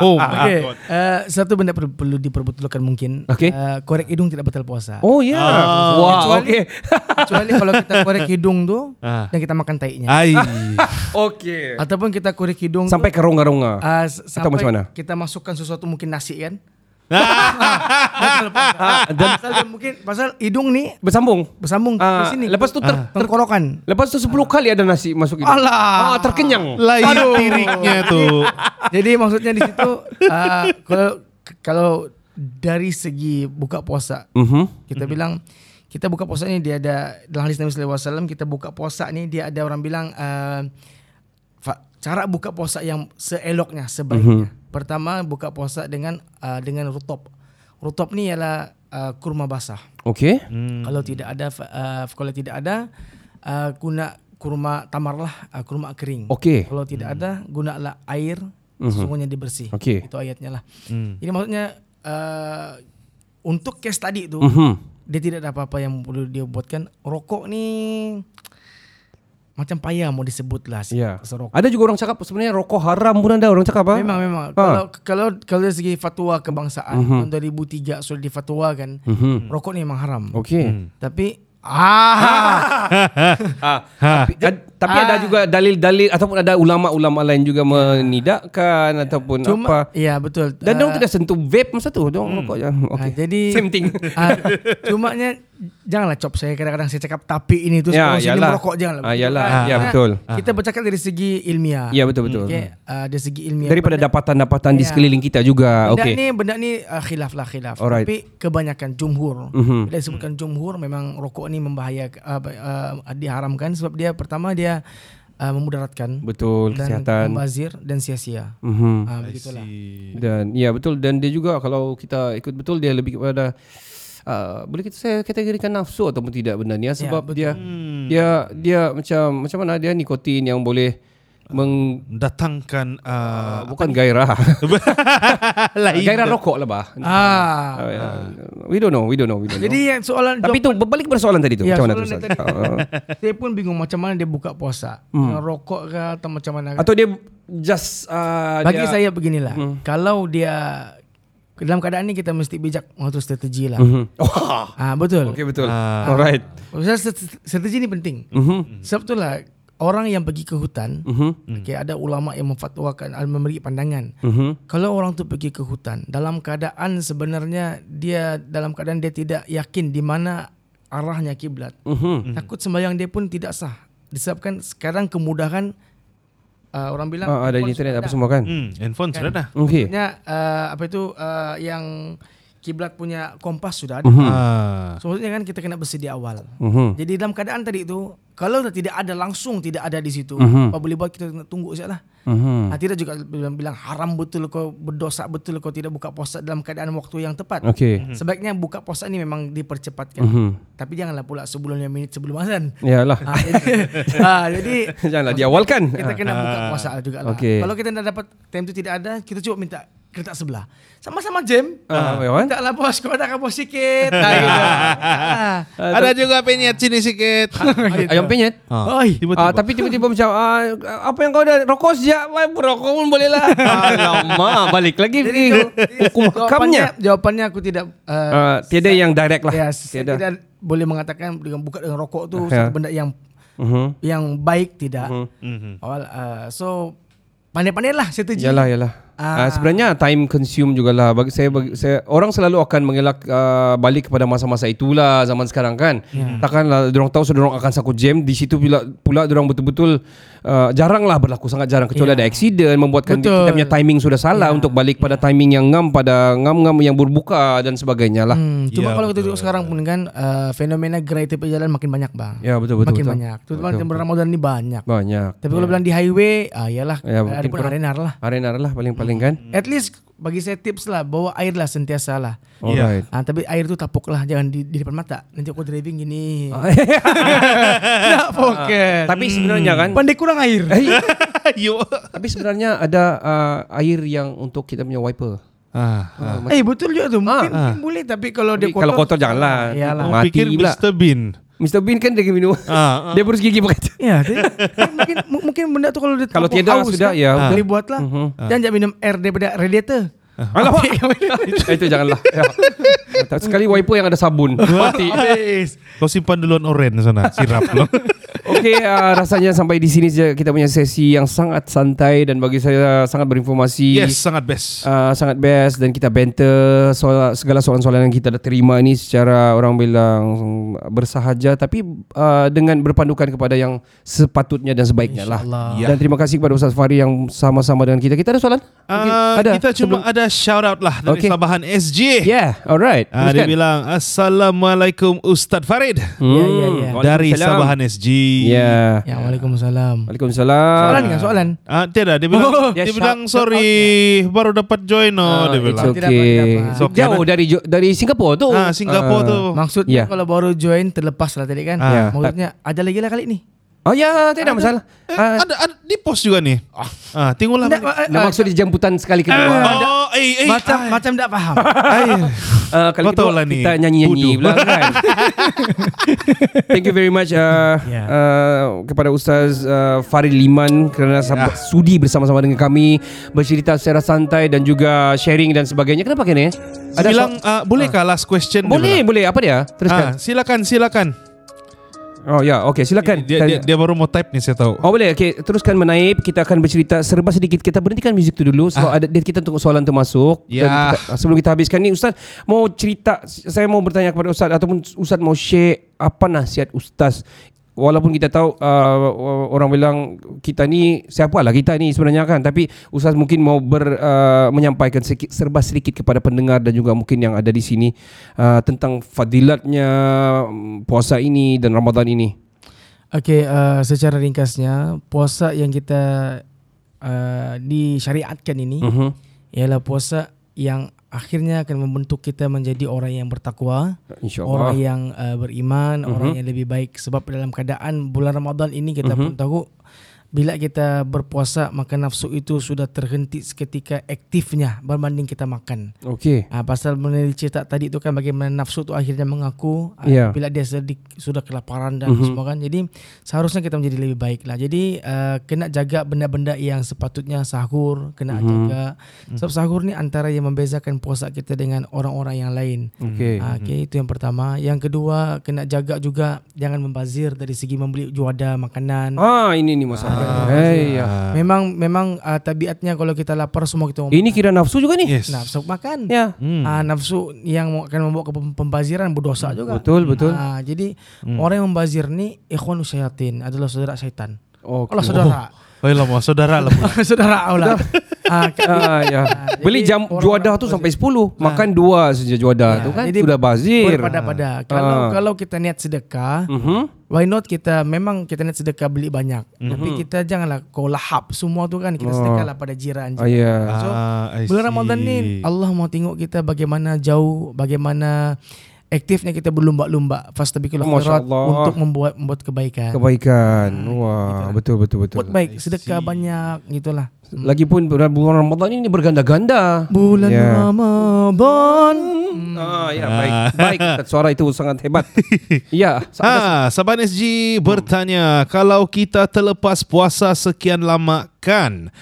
oh my Okay. god. Uh, satu benda per- perlu diperbetulkan mungkin. Okey. Uh, korek hidung tidak batal puasa. Oh ya. Yeah. Wah, Kecuali- okey. Kecuali kalau kita korek hidung tu Ah. dan kita makan tainya. Ai. okey. Ataupun kita korek hidung Sampai ke tu, rongga-rongga. uh, s- atau sampai macam mana? kita masukkan sesuatu mungkin nasi kan. Ah, dan- pasal dia mungkin pasal hidung ni Bersambung. bersambung Ah, ke sini. lepas tu ter- terkorokan. Lepas tu 10 kali ada nasi masuk hidung. Ah, Alah. terkenyang. Lain piriknya tu. Jadi maksudnya di situ uh, kalau kalau dari segi buka puasa Mhm. kita bilang kita buka puasa ni dia ada dalam hadis Nabi sallallahu alaihi wasallam kita buka puasa ni dia ada orang bilang uh, fa- cara buka puasa yang seeloknya sebaiknya. Mhm. Pertama buka puasa dengan uh, dengan rutop. Rutop ni ialah uh, kurma basah. Okey. Kalau tidak ada fa- uh, kalau tidak ada uh, guna kurma tamar lah, uh, kurma kering. Okey. Hmm. Mhm. Kalau tidak ada gunalah air sesungguhnya dibersih. Okey. Hmm. Itu ayatnya lah. Jadi maksudnya uh, untuk case tadi itu Mhm. dia tidak ada apa-apa yang perlu dia buatkan. Rokok ni macam payah mau disebut lah se- Ya. serokok. Ada juga orang cakap sebenarnya rokok haram pun ada orang cakap ah. Mhm. Memang memang. Kalau kalau kalau dari segi fatwa kebangsaan tahun 2003 sudah difatwakan rokok ni memang haram. Okey. Tapi ah Ah, tapi, ad- tapi ada juga dalil-dalil ataupun ada ulama-ulama lain juga menidakkan ataupun apa. Ya. cuma ya betul. Dan Ah, dong tidak sentuh vape masa tu, dong rokok je. Okey. ah, jadi same thing. ah, cuma nya janganlah cop saya kadang-kadang saya cakap tapi ini tu Ya, sekarang sini yalah. merokok janganlah. Ah, yalah. Betul. Ya, Karena betul. Kita bercakap dari segi ilmiah. Ya betul betul. Okay, ah, dari segi ilmiah. Daripada dapatan-dapatan di Ya. sekeliling kita juga. Benda ni Ah, Okey. benda ni uh, khilaf lah khilaf. Alright. Mhm. Tapi kebanyakan jumhur. Bila disebutkan jumhur memang rokok ni membahayakan uh, uh, diharamkan sebab dia pertama dia uh, memudaratkan Betul dan kesihatan. membazir dan sia-sia. Mhm. Ah, begitulah. Dan ya betul dan dia juga kalau kita ikut betul dia lebih kepada uh, boleh kita saya kategorikan nafsu ataupun tidak benda Ya, ni ah, sebab dia Hmm. dia dia macam macam mana dia nikotin yang boleh Ah. meng Datangkan uh, bukan gairah. lain. gairah rokok lah bah. Ah. Uh, we don't know, we don't know, we don't Jadi know. yang soalan Ah, Tapi tu berbalik kepada soalan tadi tu. Ya, macam mana tu? soalan Ustaz? yang tadi. Ah. saya pun bingung macam mana dia buka puasa. Dengan rokok ke atau macam mana. ke. Hmm. Atau Hmm. dia just uh, Bagi dia, saya beginilah. Kalau dia dalam keadaan ni kita mesti bijak mengatur strategi lah. Hmm. Wah. Ah betul. Okay betul. Ah. Alright. Mhm. Pasal strate- strategi ni penting. Hmm. Sebab itulah orang yang pergi ke hutan, Mhm. okay, ada ulama yang memfatwakan al- memberi pandangan. Mhm. Kalau orang tu pergi ke hutan dalam keadaan sebenarnya dia dalam keadaan dia tidak yakin di mana arahnya kiblat. Mhm. Takut sembahyang dia pun tidak sah. Disebabkan sekarang kemudahan uh, orang bilang Ah, ada handphone internet sudah apa semua kan? Hmm, handphone sudah dah. Okey. Maksudnya uh, apa itu uh, yang kiblat punya kompas sudah ada. Hmm. Ah. So, maksudnya kan kita kena bersedia awal. Mhm. Jadi dalam keadaan tadi itu kalau dah tidak ada langsung tidak ada di situ, Hmm. apa boleh buat kita nak tunggu sajalah. Mhm. Nah, tidak juga bilang, bilang haram betul kau berdosa betul kau tidak buka puasa dalam keadaan waktu yang tepat. Hmm. Okey. Hmm. Sebaiknya buka puasa ini memang dipercepatkan. Tapi janganlah pula sebelum lima minit sebelum azan. Yalah. Ah, jadi, ah, jadi Janganlah diawalkan. Ah. kita kena buka puasa juga lah. Ha. Okey. Kalau kita tidak dapat time tu tidak ada, kita cuba minta kereta sebelah. Sama-sama jam. Ah, ya kan? Minta lah bos, kau ada bos sikit. Ah, gitu. Ah. Ada juga penyet sini sikit. Ayam penyet. Ah. Oi. Ah, tapi tiba-tiba macam ah, apa yang kau dah rokok sejak wah, berokok pun boleh lah. Alamak, balik lagi Jadi pergi itu- hukum jawapannya, hakamnya. jawapannya aku tidak uh, Ah, tiada yang direct lah. ya, saya tiada. tidak boleh mengatakan dengan buka dengan rokok tu Ya. satu benda yang Mhm. yang baik tidak. Awal ah, so pandai-pandailah strategi. Yalah yalah. Ah. Ah. sebenarnya time consume jugalah bagi saya bagi saya orang selalu akan mengelak ah, balik kepada masa-masa itulah zaman sekarang kan. Ya. Takkanlah dorong tahu sudah dorong akan saku jam di situ pula pula dorong betul-betul ah, jaranglah berlaku sangat jarang kecuali ada aksiden membuatkan Ya. Betul. Ya. kita punya timing sudah salah untuk balik pada timing yang ngam pada ngam-ngam yang berbuka dan sebagainya lah. Hmm, cuma Ya, kalau kita tengok sekarang pun kan ah, fenomena gerai tepi jalan makin banyak bang. Ya betul betul. makin betul. banyak. Terutama di bulan Ramadan ni banyak. Banyak. Tapi kalau bilang di highway, ah iyalah Ya, ya, mungkin ada pun kurang- arenar lah. Arena lah paling paling kan? At least bagi saya tips lah bawa air lah sentiasa lah. Alright. Ah, tapi air tu tapuk lah jangan di, di depan mata. Nanti aku driving gini. Ah. tak fokus. Tapi sebenarnya kan Pandai kurang air. you Tapi sebenarnya ada ah, air yang untuk kita punya wiper. ah. Ah, macam- Eh betul juga tu. Mungkin, mungkin boleh tapi kalau Ah. dia Tapi kalau kotor janganlah. Iyalah. Mati Aku pikir pula. Mr Bean. Mr Bean kan dia minum. Ah, Dia berus gigi pakai. Ya, dia- dia mungkin mu- mungkin benda tu kalau dia Kalau terlalu tiada haus sudah, ya, betul. Ah. Boleh buat lah. Dan jangan minum air daripada radiator. Alamak. Eh, Itu janganlah. Ya. Tak sekali wiper yang ada sabun. Mati. Habis. Kau simpan duluan oren sana sirap lo. Okey, ah, rasanya sampai di sini saja kita punya sesi yang sangat santai dan bagi saya sangat berinformasi. yes, sangat best. Uh, sangat best dan kita banter soal, segala soalan-soalan yang kita dah terima ni secara orang bilang mm, bersahaja tapi uh, dengan berpandukan kepada yang sepatutnya dan sebaiknya lah. Ya. Dan terima kasih kepada Ustaz Fahri yang sama-sama dengan kita. Kita ada soalan? Mungkin Ah, ada. kita cuma ada shout out lah dari Okay. Sabahan SJ. Yeah, alright. Ah, dia Teruskan. bilang Assalamualaikum Ustaz Farid Hmm. Ya, ya, ya. dari Waalaikumsalam. Sabahan SG. Yeah. Ya, Waalaikumsalam. Waalaikumsalam. Soalan kan soalan? Ah, tiada dia bilang dia dia shout- bilang sorry baru dapat join oh, Ah, dia it's bilang. Tidak apa, okay. tidak apa. It's okay. Jauh dari Jo- dari Singapura tu. Ah, Singapura Ah. tu. Maksud Ya. kalau baru join terlepas lah tadi kan. Ya. Maksudnya ada lagi lah kali ni. Oh ya, tidak masalah. Eh, Ah, eh, ada, ada di post juga nih. Ah, tengoklah. Nggak, ma- Nah, ah, maksud dia jemputan sekali kedua. Oh, eh, Ah, eh. macam macam tak faham. Uh, kalau Kau tahu kedua, lah ni, kita nyanyi-nyanyi bodoh. pula kan. Thank you very much uh, Ya. Yeah. uh, kepada Ustaz uh, Farid Liman kerana Ya. sab- sudi bersama-sama dengan kami bercerita secara santai dan juga sharing dan sebagainya. Kenapa kene? Ada bilang ah, boleh kah last so- question? Dia boleh, bilang. boleh. Apa dia? Ah, Teruskan. silakan, silakan. Oh ya, okey silakan. Dia, dia, dia baru mau type nih saya tahu. Oh boleh okay. Teruskan menaip Kita akan bercerita Serba sedikit Kita berhentikan muzik tu dulu Sebab ada dia kita tunggu soalan tu masuk Dan Ya. kita, Sebelum kita habiskan ni Ustaz Mau cerita Saya mau bertanya kepada Ustaz Ataupun Ustaz mau share Apa nasihat Ustaz Walaupun kita tahu uh, orang bilang kita ni siapalah kita ni sebenarnya kan tapi ustaz mungkin mau ber, uh, menyampaikan sedikit, serba sedikit kepada pendengar dan juga mungkin yang ada di sini uh, tentang fadilatnya mm, puasa ini dan Ramadan ini. Okey, uh, secara ringkasnya puasa yang kita uh, disyariatkan ini Mhm. ialah puasa yang akhirnya akan membentuk kita menjadi orang yang bertakwa, Insya-Allah. orang yang uh, beriman, orang yang lebih baik sebab dalam keadaan bulan Ramadan ini kita pun tahu bila kita berpuasa maka nafsu itu sudah terhenti seketika aktifnya berbanding kita makan. Okey. Ah pasal mengenai cerita tadi tu kan bagaimana nafsu tu akhirnya mengaku ah, Ya. Mhm. bila dia sedik, sudah kelaparan dan semua kan. Jadi seharusnya kita menjadi lebih baik lah. Jadi uh, kena jaga benda-benda yang sepatutnya sahur kena Mhm. jaga. Sebab sahur ni antara yang membezakan puasa kita dengan orang-orang yang lain. Okey. Ah, okay, itu yang pertama. Yang kedua kena jaga juga jangan membazir dari segi membeli juada makanan. Ah ini ni masalah. Hey, ya. Memang memang ah, tabiatnya kalau kita lapar semua kita Ini kira nafsu juga ni. Yes. Hmm. nafsu makan. Ya. Ah, nafsu yang mau- akan membawa ke pem- pembaziran berdosa juga. Hmm. Betul betul. Hmm. Ah, jadi orang yang membazir ni ikhwan syayatin adalah saudara syaitan. Okey. Allah saudara. Oh, lama saudara lah. saudara Allah. ah, ke- Ah, ya. jadi Beli jam orang juada nak tu sampai 10. Makan dua saja juada tu kan. jadi Sudah bazir. Ah. berpada-pada. Kalau kalau kita niat sedekah, Mhm. why not kita memang kita niat sedekah beli banyak. Hmm. Tapi kita janganlah kau lahap semua tu kan Oh. kita sedekahlah pada jiran. Ah, ya. So, Ah, I Bulan Ramadan ni Allah mau tengok kita bagaimana jauh, bagaimana aktifnya kita berlumba-lumba fastabiqul Masya khairat Allah. untuk membuat membuat kebaikan. Kebaikan. Wah, betul betul betul. Buat baik, sedekah banyak gitulah. Lagipun bulan bulan Ramadan ini berganda-ganda. Bulan Ya. Ramadan. Ah, ya baik. Baik. Suara itu sangat hebat. ya. Ah, Saban SG bertanya, kalau kita terlepas puasa sekian lama kan,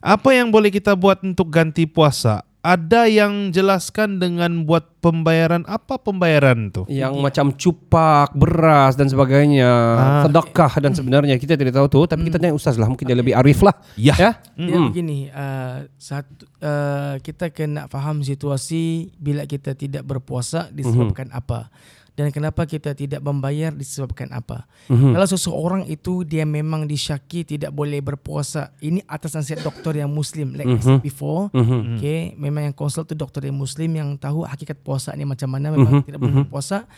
apa yang boleh kita buat untuk ganti puasa? Ada yang jelaskan dengan buat pembayaran apa pembayaran tu? yang macam cupak, beras dan sebagainya, Ah. sedekah Mm. dan sebenarnya kita tidak tahu tu tapi kita tanya ustaz lah mungkin dia lebih arif lah. Ya. Dia Hmm. begini, uh, satu uh, kita kena faham situasi bila kita tidak berpuasa disebabkan Mhm. apa dan kenapa kita tidak membayar disebabkan apa. Mhm. Kalau seseorang itu dia memang disyaki tidak boleh berpuasa, ini atas nasihat doktor yang muslim like Mhm. I said before. Okay, memang yang konsult tu doktor yang muslim yang tahu hakikat puasa ni macam mana Mhm. memang tidak boleh berpuasa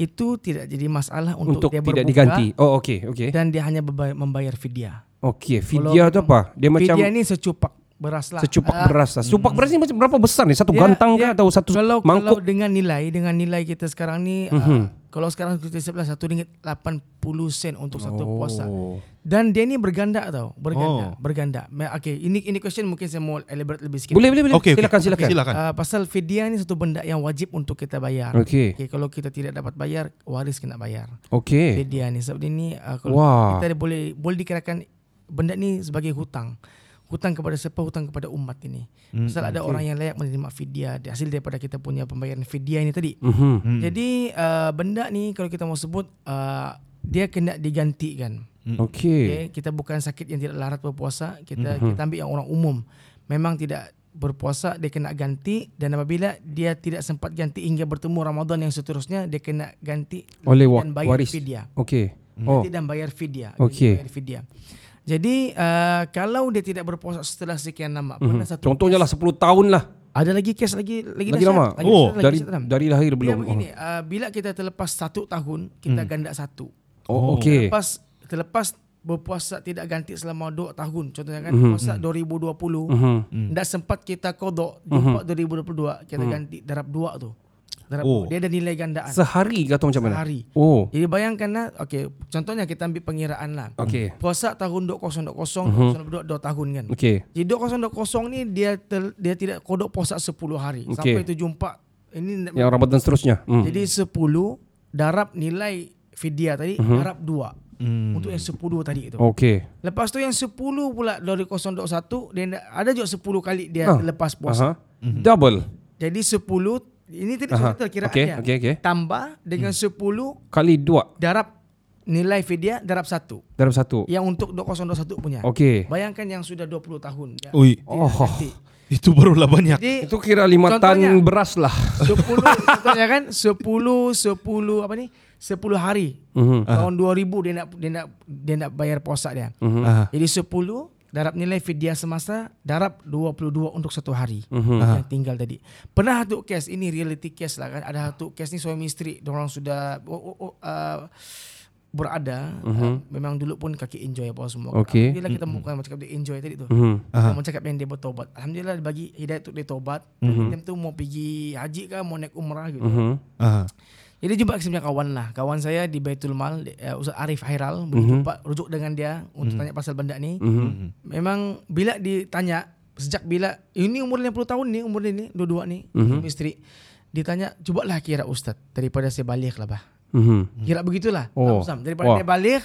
itu tidak jadi masalah untuk, Untuk tidak dia berbuka diganti. Oh okey okey. dan dia hanya berba- membayar fidyah. Okey, fidya tu apa? Dia macam Fidyah ni secupak beras lah. Secupak Ah, beras lah. Secupak beras ni macam berapa besar ni? Satu Ya, gantang ya. kah atau satu kalau, mangkuk? Mhm. Kalau dengan nilai dengan nilai kita sekarang ni uh, kalau sekarang kita sebelah satu ringgit lapan puluh sen untuk satu Oh. puasa. Dan dia ni berganda tau, berganda, Oh. berganda. Ma- Okay, ini ini question mungkin saya mau elaborate lebih sikit. Boleh boleh boleh. Okey, okey. silakan silakan. Silakan. Uh, pasal fidyah ni satu benda yang wajib untuk kita bayar. Okey. Okay, kalau kita tidak dapat bayar, waris kena bayar. Okey. Fidyah ni sebab dia ni uh, kalau Eh. Wah. kita boleh boleh dikirakan benda ni sebagai hutang. Hutang kepada siapa? Hutang kepada umat ini. Hmm, Pasal ada orang yang layak menerima fidyah di- hasil daripada kita punya pembayaran fidyah ini tadi. Mhm. Jadi uh, benda ni kalau kita mau sebut uh, dia kena digantikan. Okey. Hmm, Okay, kita bukan sakit yang tidak larat berpuasa. Kita kita ambil yang orang umum. Memang tidak berpuasa dia kena ganti dan apabila dia tidak sempat ganti hingga bertemu Ramadan yang seterusnya dia kena ganti Oleh wa- dan bayar Mm. waris. fidyah. Okey. Oh. Ganti dan bayar fidyah. Ganti Okey. Bayar fidyah. Jadi uh, kalau dia tidak berpuasa setelah sekian lama pernah satu Contohnya lah 10 tahun lah. ada lagi kes lagi lagi, Lagi dahsyat, lama. lagi Oh, dahsyat, lagi Dari dahsyat dalam. dari Oh. lahir Dia belum. begini, uh, bila kita terlepas satu tahun kita ganda satu. Oh, Mhm. okey. Terlepas terlepas berpuasa tidak ganti selama 2 tahun contohnya kan Mhm, puasa 2020 Hmm. dah sempat kita kodok Mhm. jumpa 2022 kita ganti darab 2 tu darab Oh. dua. dia ada nilai gandaan Sehari kata macam mana? Sehari. Oh. jadi bayangkan lah okay, contohnya kita ambil pengiraan lah Okey. Mhm. puasa tahun 2020 2022 2 tahun kan Okey. jadi 2020 ni dia ter, dia tidak kodok puasa 10 hari Okey. Ya. sampai tu jumpa ini Yang Ramadan seterusnya. Hmm. jadi 10 darab nilai fidyah tadi Mhm. darab 2. Untuk yang 10 tadi tu. Okey. Lepas tu yang 10 pula dari 0.1 dia nak- ada juga 10 kali dia Ah. lepas puasa. Aha. Double. Jadi 10 ini tadi Aha. cerita kiraan Okey, dia. okey, Hmm. okey. Tambah dengan 10 Kali dua darab nilai fidyah darab 1 dalam satu. yang untuk 2021 punya. Okey. Oh. Bayangkan yang sudah 20 tahun. dia- Ui, dia ganti. itu barulah banyak. Jadi Itu kira lima Contohnya- tan beras lah. 10 contohnya kan 10 10 apa ni 10 hari Mhm. tahun 2000 dia nak dia nak dia nak bayar puasa dia Ah, jadi 10 darab nilai fidyah semasa darab 22 untuk satu hari Mhm. yang tinggal tadi pernah satu kes ini reality case lah kan ada satu kes ni suami isteri orang sudah oh, oh, oh, uh, berada uh, memang dulu pun kaki enjoy apa semua Mhm. Okey. Alhamdulillah kita bukan cakap dia enjoy tadi tu Mhm. Aha. Orang cakap yang dia bertobat. Alhamdulillah dia bagi hidayah untuk dia tobat. Mhm. Mm-hmm. Time tu mau pergi haji ke mau naik umrah gitu. Mm-hmm. ah. Jadi jumpa saya punya kawan lah. Kawan saya di Baitul Mal, di- eh, Ustaz Arif Hairal. Mhm. Boleh jumpa, rujuk dengan dia untuk tanya pasal benda ni. Mm-hmm. Memang bila ditanya, sejak bila, ini umur 50 tahun ni, umur dia ni, dua-dua ni, Mhm. mm-hmm. isteri. Ditanya, cubalah kira Ustaz. Daripada saya balik lah bah. Mhm. Kira begitulah. Oh. Sam, Sam. Daripada Wah. dia balik,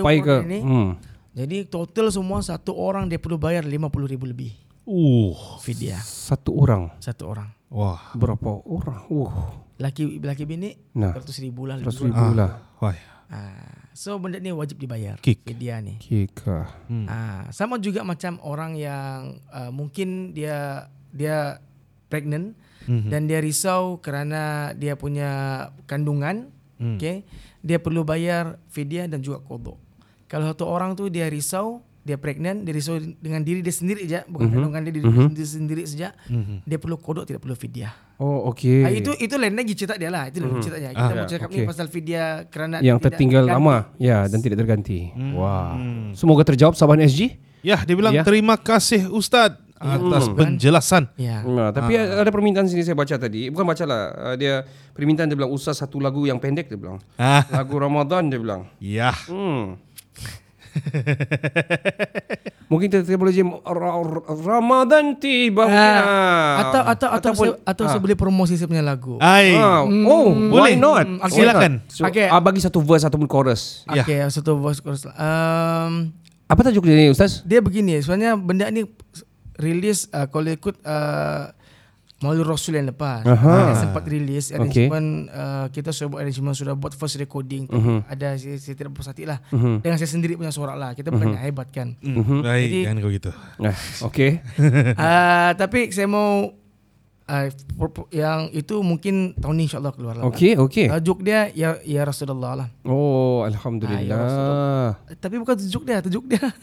Sampai umur ke dia ni. hmm. Jadi total semua satu orang dia perlu bayar 50 ribu lebih Uh, fidyah satu orang. satu orang. wah, Berapa orang? Uh. Laki laki bini Nah. seratus ribu lah. Seratus lebih kurang. ribu lah. wah. Ah, so benda ni wajib dibayar. Kick. Fidyah ni. Kika. Ah, sama juga macam orang yang ah, mungkin dia dia pregnant Mhm. dan dia risau kerana dia punya kandungan, Hmm. okay, dia perlu bayar fidyah dan juga kodok. Kalau satu orang tu dia risau dia pregnant, dia risau dengan diri dia sendiri saja, bukan Mhm. kandungan dia diri dia sendiri saja, dia perlu kodok tidak perlu fidyah. Oh, Mhm. okey. Mhm. Ah, Ah, itu itu lain lagi cerita dia lah. Itu lain lagi cerita dia. Kita mau cakap okey. ni pasal Vidya kerana yang tidak tertinggal kan- lama ya dan tidak terganti. Wah. Semoga terjawab Saban SG. Ya, dia bilang Ya. terima kasih Ustaz atas penjelasan. Ya. Nah, tapi ada permintaan sini saya baca tadi. Bukan baca lah. Uh, dia permintaan dia bilang usah satu lagu yang pendek dia bilang. Ah, Lagu Ramadan dia bilang. ya. Hmm. Mungkin kita, kita boleh je Ra- Ra- Ramadan tiba. Ya. Ah, atau atau Hmm. atau Ataupun- saya, atau saya boleh promosi saya punya lagu. Ai. Ah, oh, Boleh. why not? Hmm, silakan. So, Okay. ah, bagi satu verse ataupun chorus. ya. Okey, satu voice chorus. lah. Um, Apa tajuk dia ni, Ustaz? dia begini, sebenarnya benda ni rilis uh, kalau ikut uh, Maulid Rasul yang lepas Dia sempat rilis arrangement uh, kita sudah buat arrangement sudah buat first recording tapi Mhm. ada saya, saya tidak berpuas hati lah dengan saya sendiri punya sorak lah Mhm. kita bukan hebat kan Hmm. Baik, Jadi- jangan kau gitu. Eh. Nah, okay. Ah, tapi saya mau ah, pro- pro- yang itu mungkin tahun ni insyaallah keluar lah. Okay, okay. Tajuk dia ya ya Rasulullah lah. Oh, Ah, ya, Alhamdulillah. Tapi bukan tajuk dia, tajuk dia.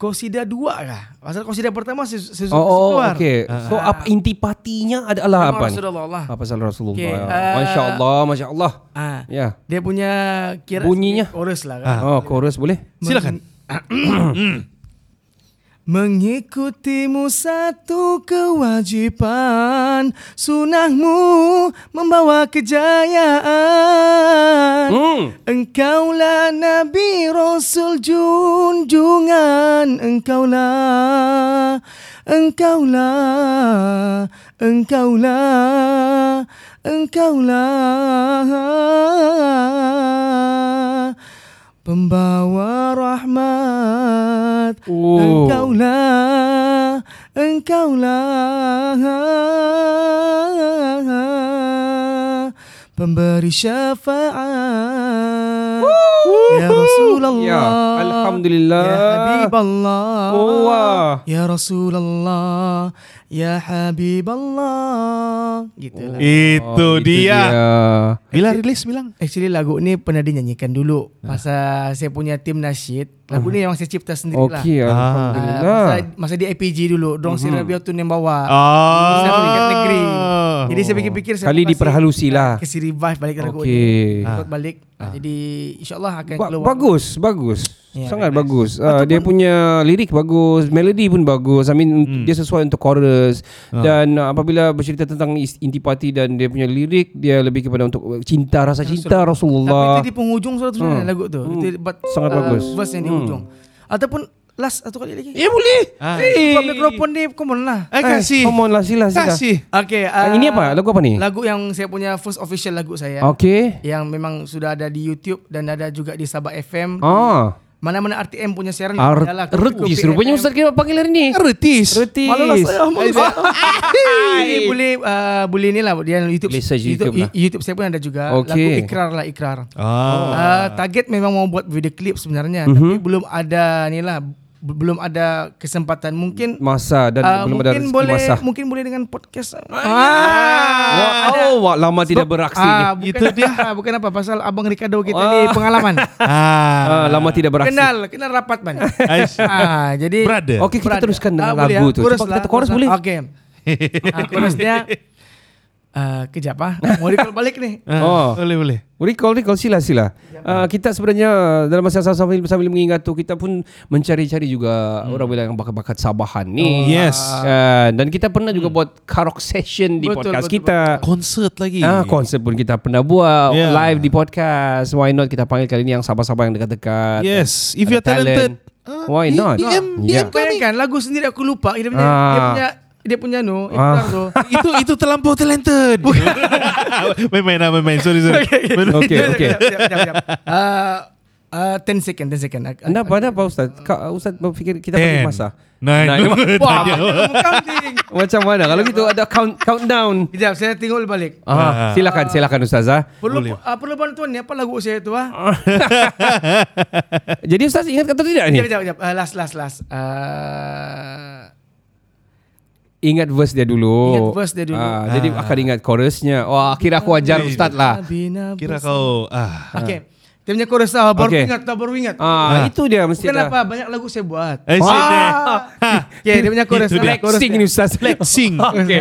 Kosida dua kah? Pasal kosida pertama saya saya Oh, saya oh keluar. okay. So apa intipatinya adalah apa ni? Memang Ah, Rasulullah lah. Apa Ah, pasal Rasulullah? Okay, ah. Masya Allah, Masya Allah. Ah, Ya. dia punya kira Bunyinya. Ah, chorus lah kan. Oh, chorus boleh? Silakan. Men- Mengikutimu satu kewajipan Sunahmu membawa kejayaan Hmm. Engkaulah Nabi Rasul junjungan Engkaulah Engkaulah Engkaulah Engkaulah Pembawa rahmat Oh. Engkaulah lah. Engkaulah Pemberi syafaat Ya Rasulullah Ya, Alhamdulillah. Ya Habiballah Oh, wah. Ya Rasulullah Ya Habiballah Gitu lah Itu Oh, dia. Bila rilis bilang? Actually lagu ni pernah dinyanyikan dulu Masa saya punya tim nasyid Lagu ni memang saya cipta sendiri lah Uh-huh. Okey, Ah, alhamdulillah. masa, masa di APG dulu Dorang Hmm. si Rabia tu yang bawa Ah. Saya meningkat negeri Oh. Jadi saya fikir-fikir saya Kali pasti diperhalusi lah. Kasi revive balik lagu ni Okey. Ikut balik Ah, Jadi insyaAllah akan Ba- keluar bagus, bagus. Ya, Sangat bagus. Ah, dia punya lirik bagus, melodi pun bagus. I mean dia sesuai untuk chorus dan ah, apabila bercerita tentang is- intipati dan dia punya lirik dia lebih kepada untuk eh, cinta rasa cinta Rasulullah. Tapi itu di penghujung surat tu sebenarnya lagu tu. Itu but- lah. Hmm. Sangat uh, bagus. Hmm. Verse yang di hujung. Ataupun last satu kali lagi. Ya boleh. Ah. Eh, Sebab mikrofon ni common lah. Eh kasih. Come on lah sila sila. Kasih. Okay. Ah, uh, ini apa? Lagu apa ni? Lagu yang saya punya first official lagu saya. Okey. Yang memang sudah ada di YouTube dan ada juga di Sabah FM. Ah. Mana-mana RTM punya siaran. lah, Ar- adalah retis Kopi rupanya FM. Ustaz kita panggil hari ni. Retis. Kan Retis. Malu lah saya. malu saya. Ini boleh uh, boleh ni lah dia YouTube. Boleh search YouTube lah. YouTube saya pun ada juga. Lagu Okey. ikrar lah ikrar. Ah. Uh, target memang mau buat video klip sebenarnya Mhm. tapi belum ada ni lah b- belum ada kesempatan mungkin Masa dan uh, belum ada mungkin rezeki boleh masa. mungkin boleh dengan podcast ah, Wah, oh, wah, lama tidak beraksi ni. ah bukan itu dia bukan apa pasal abang Ricardo kita ni pengalaman Ah, Ah. lama tidak beraksi. kenal kenal rapat man Ais. ah jadi Brother. Okey, kita Berada. teruskan dengan Ah, boleh, lagu ah. tu. Chorus Cepat kita lah, chorus boleh? lah. Okey. Ah, chorusnya ah, kejap ah. Mau recall balik nih. Oh. Oh. Boleh boleh. Recall, recall, sila, sila. Ya. Uh, kita sebenarnya dalam masa yang sama sambil, sambil mengingat tu, kita pun mencari-cari juga Hmm. orang bilang yang bakat-bakat Sabahan Oh, ni. Yes. Kan? dan kita pernah juga buat karok session di Hmm. Betul, podcast betul, kita. Konsert lagi. Ah, konsep pun kita pernah buat Yeah. live di podcast. Why not kita panggil kali ni yang Sabah-Sabah yang dekat-dekat. Yes, if Ada you're talented, talent. Why not? DM, Yeah. DM kami. Ya. Bayangkan lagu sendiri aku lupa dia punya Ah. dia punya dia punya no, ikrar tu. itu itu terlampau talented. main-main lah, main-main. Sorry, sorry. Main-main. Okey, okey. Sekejap, sekejap, sekejap, sekejap. Ah, ah, 10 second, 10 second. Ah, ah, Kenapa, kenapa Ustaz? Kak, Ustaz berfikir kita pergi Ten, masa. nine. Wah, kamu counting. Macam mana? Kalau gitu ada count countdown. Sekejap, saya tengok balik. Ah, silakan, silakan Ustazah. Perlu ah, perlu bantuan ni apa lagu saya tu ah? Jadi Ustaz ingat atau tidak ni? Sekejap, sekejap, sekejap. Ah, last, last, last. Ah, Ingat verse dia dulu. Ingat verse dia dulu. Ah, Jadi akan ingat chorusnya. Wah, kira aku ajar Ustaz lah. Bina Kira bes- kau ah. Okay. Dia punya chorus ah, baru Okey. ingat, tau, baru ingat. Ah, itu dia mesti Kenapa banyak lagu saya buat? Eh, sini. Okay, dia punya chorus. Itu ah, dia. chorus Flexing dia. ni Ustaz. Flexing. Okey.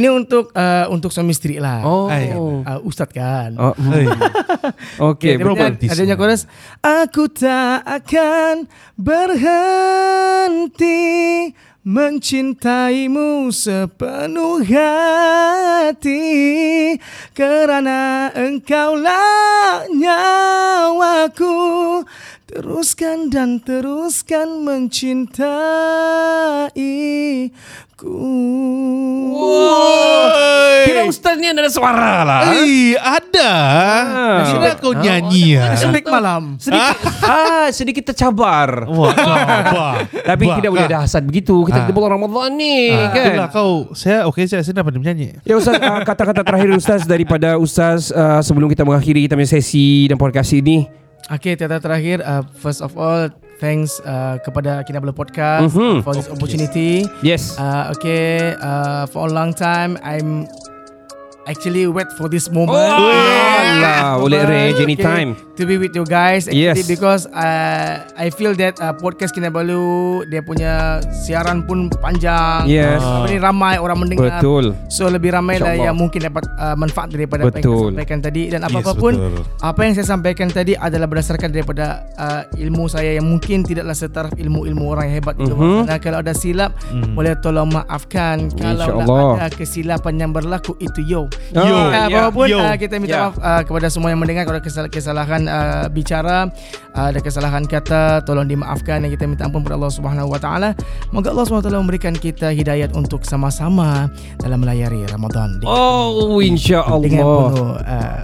Ini untuk ah, untuk suami isteri lah. Oh. Ai. Ah, Ustaz kan. Oh, mm. Hey. Okey, Okay, bro. adanya, romantis. adanya chorus Aku tak akan berhenti Mencintaimu sepenuh hati Kerana engkaulah nyawaku Teruskan dan teruskan mencintai ku Kira Ustaz ni ada suara lah. Eh, ada. Kira kau nyanyi ya. Serik malam Sedikit, ah, sedikit tercabar. Wah, kau, wah. Tapi Wah, tidak boleh kau. ada hasad begitu. Kita di bulan Ramadan ni, Ah, kan? Itulah kau. Saya okey saya saya dapat menyanyi. Ya Ustaz, ah, kata-kata terakhir Ustaz daripada Ustaz ah, sebelum kita mengakhiri kita punya sesi dan podcast ini. Okay, Tata terakhir. Uh, first of all, thanks uh, kepada Kinabalu Podcast Mhm. for this opportunity. Yes. Uh, okay, uh, for a long time, I'm actually wait for this moment. Oh, Allah, boleh arrange anytime. to be with you guys actually Yes. because uh, I feel that uh, podcast Kinabalu dia punya siaran pun panjang. Yes. Apa ni ramai orang ah. mendengar. Betul. So lebih ramai lah InsyaAllah. yang mungkin dapat uh, manfaat daripada apa yang saya Betul. sampaikan tadi dan apa-apa pun betul. apa yang saya sampaikan tadi adalah berdasarkan daripada uh, ilmu saya yang mungkin tidaklah setaraf ilmu-ilmu orang yang hebat di luar sana. Kalau ada silap boleh tolong maafkan. Kalau InsyaAllah. ada kesilapan yang berlaku itu yo. Ah, ya, Yo. Uh, apa pun yo. uh, kita minta Ya. maaf uh, kepada semua yang mendengar kalau kesal- kesalahan uh, bicara uh, ada kesalahan kata tolong dimaafkan dan kita minta ampun kepada Allah Subhanahu wa taala. Moga Allah Subhanahu wa taala memberikan kita hidayat untuk sama-sama dalam melayari Ramadan dengan, Oh, dengan insyaAllah. penuh uh,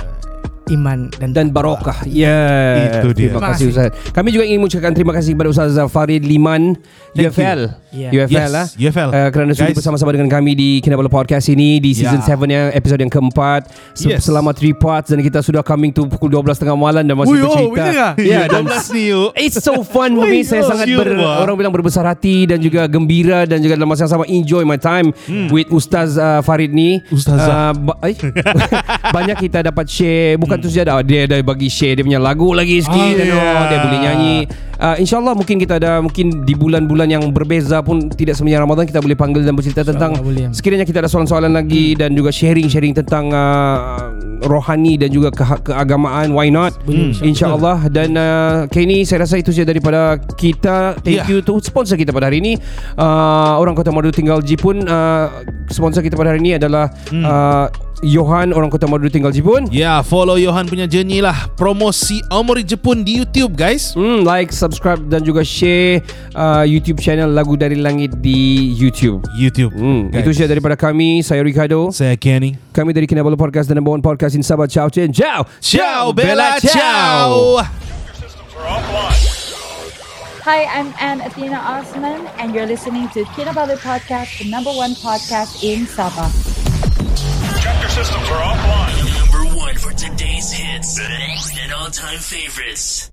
iman dan Dan barokah. Yeah. Itu dia. Terima kasih Ustaz. Kami juga ingin mengucapkan terima kasih kepada Ustaz Farid Liman Thank UFL. you. Yeah. UFL Yes, lah. UFL. Uh, kerana sudi Guys. bersama-sama dengan kami di Kinabalu Podcast ini di season 7 yang Yeah. episod yang keempat Se- Yes. selama 3 parts dan kita sudah coming to pukul 12.30 malam dan masih Ui, oh, bercerita. betul lah. Ya, dan 12 ni oh. yuk. It's so fun for me. Wih, Saya oh, sangat siul ber, wah. orang bilang berbesar hati dan juga gembira dan juga dalam masa yang sama enjoy my time with Ustaz uh, Farid ni. Ustazah. Uh, ba- eh? banyak kita dapat share bukan tu saja dah dia dah bagi share dia punya lagu lagi sikit Ah, dan oh, yeah. dia boleh nyanyi. Uh, InsyaAllah mungkin kita ada Mungkin di bulan-bulan yang berbeza pun Tidak semuanya Ramadan Kita boleh panggil dan bercerita tentang boleh. Sekiranya kita ada soalan-soalan lagi Dan juga sharing-sharing tentang uh, Rohani dan juga keha- keagamaan Why not? Hmm. InsyaAllah Dan uh, kini saya rasa itu saja daripada kita Thank Yeah. you to sponsor kita pada hari ini uh, Orang Kota Madu Tinggal Jipun uh, Sponsor kita pada hari ini adalah uh, Johan Orang Kota Madu Tinggal Jipun Ya, follow Johan punya journey lah. Promosi Omori Jepun di YouTube, guys. Hmm, like, subscribe dan juga share uh, YouTube channel Lagu Dari Langit di YouTube. YouTube. Hmm, itu saja daripada kami. Saya Ricardo. Saya Kenny. Kami dari Kinabalu Podcast dan Number One Podcast in Sabah. Ciao, ciao, ciao. Ciao, Bella. ciao. Hi, I'm Anne Athena Osman, and you're listening to Kinabalu Podcast, the number one podcast in Sabah. Chapter systems are offline. Number one for today's hits and all time favorites.